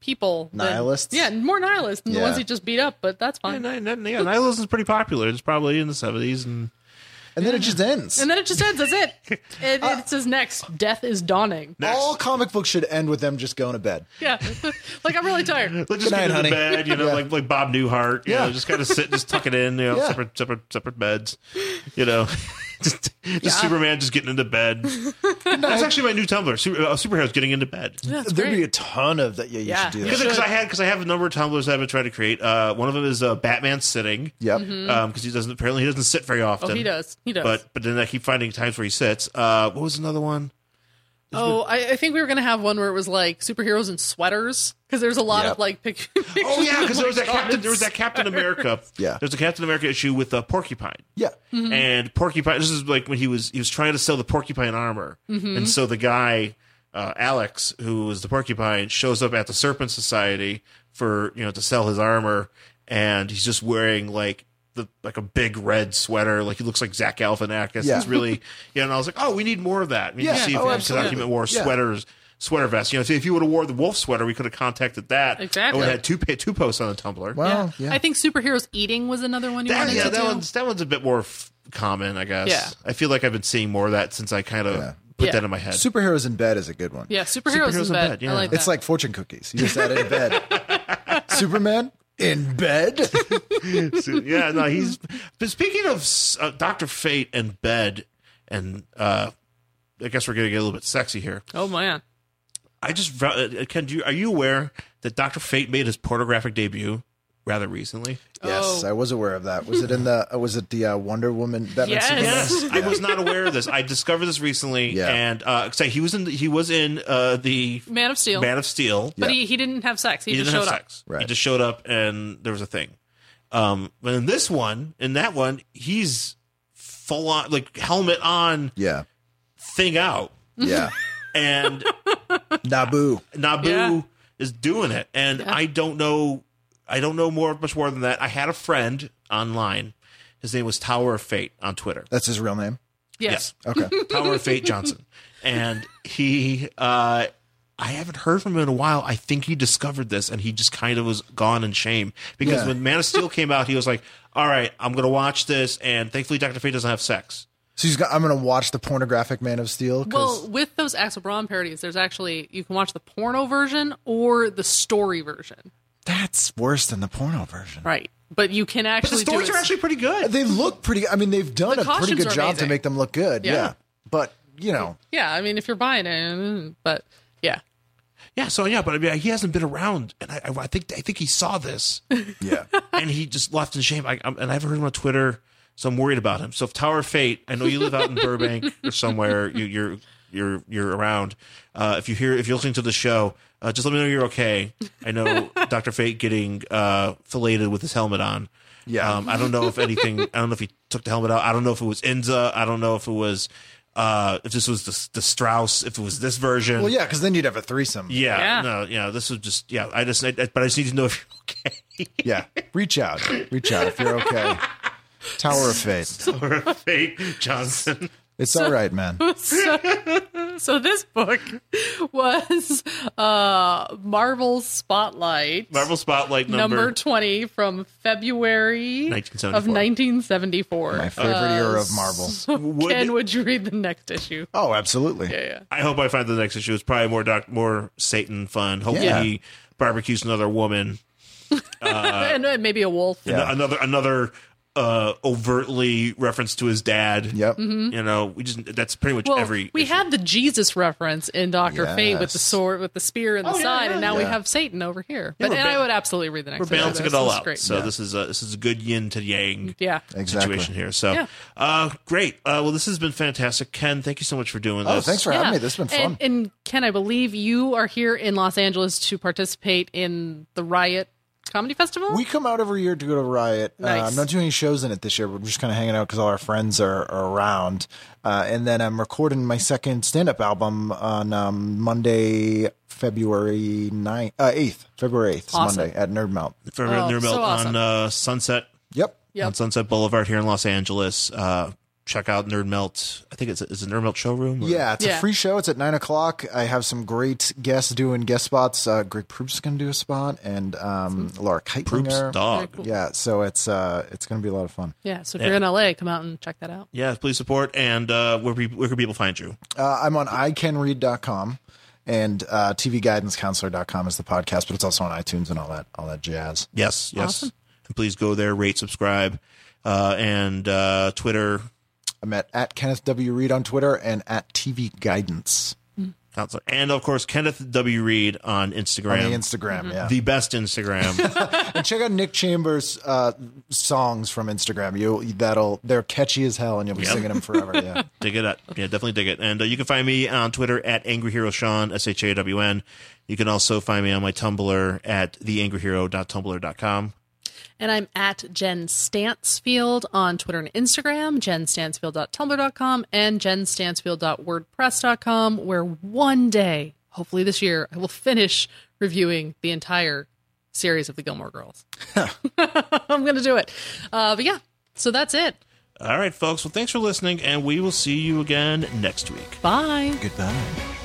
people than-
Nihilists?
yeah, more nihilists than
Yeah.
the ones he just beat up, but that's fine.
And, and, and, yeah, Nihilism is pretty popular. It's probably in the 70s. And
And then it just ends.
and then it just ends. That's it. It, it says next, death is dawning.
Next.
All comic books should end with them just going to bed.
Yeah, like I'm really tired.
Like just
Good
get
night,
into
honey.
bed, you know,
Yeah.
like like Bob Newhart, you
Yeah.
know, just kind of sit, just tuck it in, you know,
Yeah.
separate separate separate beds, you know, just, just Superman just getting into bed. That's actually my new Tumblr. Super, uh, superheroes getting into bed
That's
There'd be a
great.
ton of that. Yeah, you
Yeah.
should do that.
because I had because I have a number of Tumblrs that I've been trying to create. Uh, one of them is uh, Batman sitting.
Yep.
Mm-hmm.
because Um, he doesn't apparently he doesn't sit very often.
Mm. Oh, he does. He does.
But but then I keep finding times where he sits. Uh, what was another one?
oh, I, I think we were gonna have one where it was like superheroes in sweaters because there's a lot
Yep.
of like pic-
Oh yeah, because there was
like,
that Captain, there was that
comments.
Captain America.
Yeah.
there's a Captain America issue with uh, Porcupine.
Yeah.
and porcupine this is like when he was he was trying to sell the porcupine armor and so the guy uh, alex who was the porcupine shows up at the serpent society for you know to sell his armor and he's just wearing like the like a big red sweater like he looks like zach galifianakis
Yeah.
it's really yeah and i was like oh we need more of that we need
Yeah.
to see if
Oh,
oh,
absolutely.
document wore
Yeah.
sweaters sweater vests you know so if you would have wore the wolf sweater we could have contacted that
Exactly.
i would have had two pa- two posts on the tumblr
Wow. Oh, Yeah.
I think superheroes eating was another one you
that,
wanted
yeah,
to
that
do.
one's that one's a bit more f- common, I guess.
Yeah.
I feel like I've been seeing more of that since I kind of put
Yeah.
that in my head.
Superheroes in bed is a good one.
Yeah, superheroes,
Superheroes
in bed. I
yeah.
like
It's
that.
like fortune cookies. You just add in bed. Superman in bed.
yeah, no, he's. But speaking of s- uh, Doctor Fate and bed, and uh, I guess we're gonna get a little bit sexy here.
oh man,
I just vo- uh, Ken, do you, are you aware that Doctor Fate made his pornographic debut rather recently?
Yes,
Oh.
I was aware of that. Was it in the? uh, Was it the uh, Wonder Woman? Batman
Yes.
Superman?
Yes, I was not aware of this. I discovered this recently,
Yeah.
and uh, so he was in he was in uh, the
Man of Steel.
Man of Steel.
but he, he didn't have sex. He,
he,
just
didn't
showed
have
up.
sex.
Right.
He just showed up, and there was a thing. Um, but in this one, in that one, he's full on, like helmet on,
Yeah.
thing out,
Yeah.
and
Naboo.
Naboo
Yeah.
is doing it, and I don't know. I don't know more much more than that. I had a friend online. His name was Tower of Fate on Twitter.
That's his real name.
Yes.
Okay.
Tower of Fate Johnson. And he, uh, I haven't heard from him in a while. I think he discovered this and he just kind of was gone in shame because
Yeah.
when Man of Steel came out, he was like, all right, I'm going to watch this. And thankfully, Dr. Fate doesn't have sex.
So he's got, I'm going to watch the pornographic Man of Steel. 'cause-
Well, with those Axel Braun parodies, there's actually you can watch the porno version or the story version,
that's worse than the porno version.
right? But you can
But the
actually
stories
do
are
it-
actually pretty good.
They look pretty. I mean, they've done
The
a pretty
costumes
good
are
job to
amazing.
make them look good. Yeah.
Yeah.
But you know,
yeah. I mean, if you're buying it, mm, but yeah,
Yeah. So, yeah, but I mean, he hasn't been around. And I, I think, I think he saw this
yeah.
and he just left in shame. I, I'm, and I haven't heard him on Twitter. So I'm worried about him. So if Tower of Fate, I know you live out in Burbank or somewhere, you, you're you're you're around. Uh, if you hear, if you're listening to the show, uh, just let me know you're okay. I know Doctor Fate getting uh, filleted with his helmet on.
Yeah.
Um, I don't know if anything. I don't know if he took the helmet out. I don't know if it was Enza. I don't know if it was uh, if this was the, the Strauss. If it was this version.
Well, yeah, because then you'd have a threesome.
Yeah,
Yeah.
No. Yeah. This was just. Yeah. I just. I, I- but I just need to know if you're okay.
Yeah. Reach out. Reach out if you're okay. Tower of Fate.
Tower of Fate Johnson.
It's all right, man.
So this book was uh, Marvel Spotlight,
Marvel Spotlight
number,
number,
20 from February
1974.
of 1974.
My favorite era
Uh,
of Marvel.
Would-
Ken, would you read the next issue?
Oh, absolutely.
Yeah, yeah.
I hope I find the next issue. It's probably more doc, more Satan fun. Hopefully,
Yeah.
he barbecues another woman, Uh,
and, and maybe a wolf.
Yeah.
An- another another uh, overtly reference to his dad.
Yep.
Mm-hmm.
You know, we just that's pretty much
Well,
every.
we
issue.
had the Jesus reference in Doctor Fate with the
Yes.
sword, with the spear in the
Oh, yeah,
side,
yeah,
and now we
yeah.
have Satan over here. But
we're
and I
ba-
would absolutely read the next.
we're balancing
issue.
it all
This is
out.
great.
So this is a this is a good yin to yang.
yeah,
Exactly.
Situation here, so
Yeah.
uh, great. Uh, well, this has been fantastic, Ken. Thank you so much for doing
Oh,
this.
thanks for
Yeah.
having me. This has been fun.
And, and Ken, I believe you are here in Los Angeles to participate in the Riot Comedy Festival.
we come out every year to go to Riot. Uh,
Nice.
I'm not doing any shows in it this year. We're just kind of hanging out because all our friends are, are around. Uh, and then I'm recording my second stand up album on um, Monday, February 9th, uh, 8th, February 8th,
Awesome.
Monday at Nerd Mount.
for
Oh,
Nerd Melt
so awesome.
on uh, Sunset
Yep.
Yep.
on Sunset Boulevard here in Los Angeles. Uh, check out Nerd Melt. I think it's is it Nerd Melt showroom. or-
Yeah, it's
Yeah.
a free show. It's at nine o'clock. I have some great guests doing guest spots. Uh, Greg Proops is going to do a spot, and um, Laura
Proops
Keitlinger.
dog.
Very cool.
Yeah, so it's uh, it's going to be a lot of fun.
yeah, so if you're in LA, come out and check that out.
Yeah, please support. And uh, where pe- where can people find you?
Uh, I'm on iCanRead.com and uh, TVGuidanceCounselor.com is the podcast, but it's also on iTunes and all that all that jazz.
Yes, yes. And please go there, rate, subscribe, uh, and uh, Twitter.
I'm at, at Kenneth W. Reed on Twitter and at TV Guidance
Counselor. And of course, Kenneth W. Reed on
on
Instagram.
the Instagram. Yeah,
the best Instagram.
and check out Nick Chambers' uh, songs from Instagram. You that'll they're catchy as hell, and you'll be singing them forever. Yeah.
dig it up. Yeah, definitely dig it. And uh, you can find me on Twitter at Angry Hero Sean, S H A W N. You can also find me on my Tumblr at theangryhero.tumblr.com.
And I'm at Jen Stansfield on Twitter and Instagram, jenstansfield.tumblr.com, and jenstansfield.wordpress.com, where one day, hopefully this year, I will finish reviewing the entire series of the Gilmore Girls. I'm going to do it. Uh, but yeah, so that's it.
All right, folks. Well, thanks for listening, and we will see you again next week.
Bye.
Goodbye.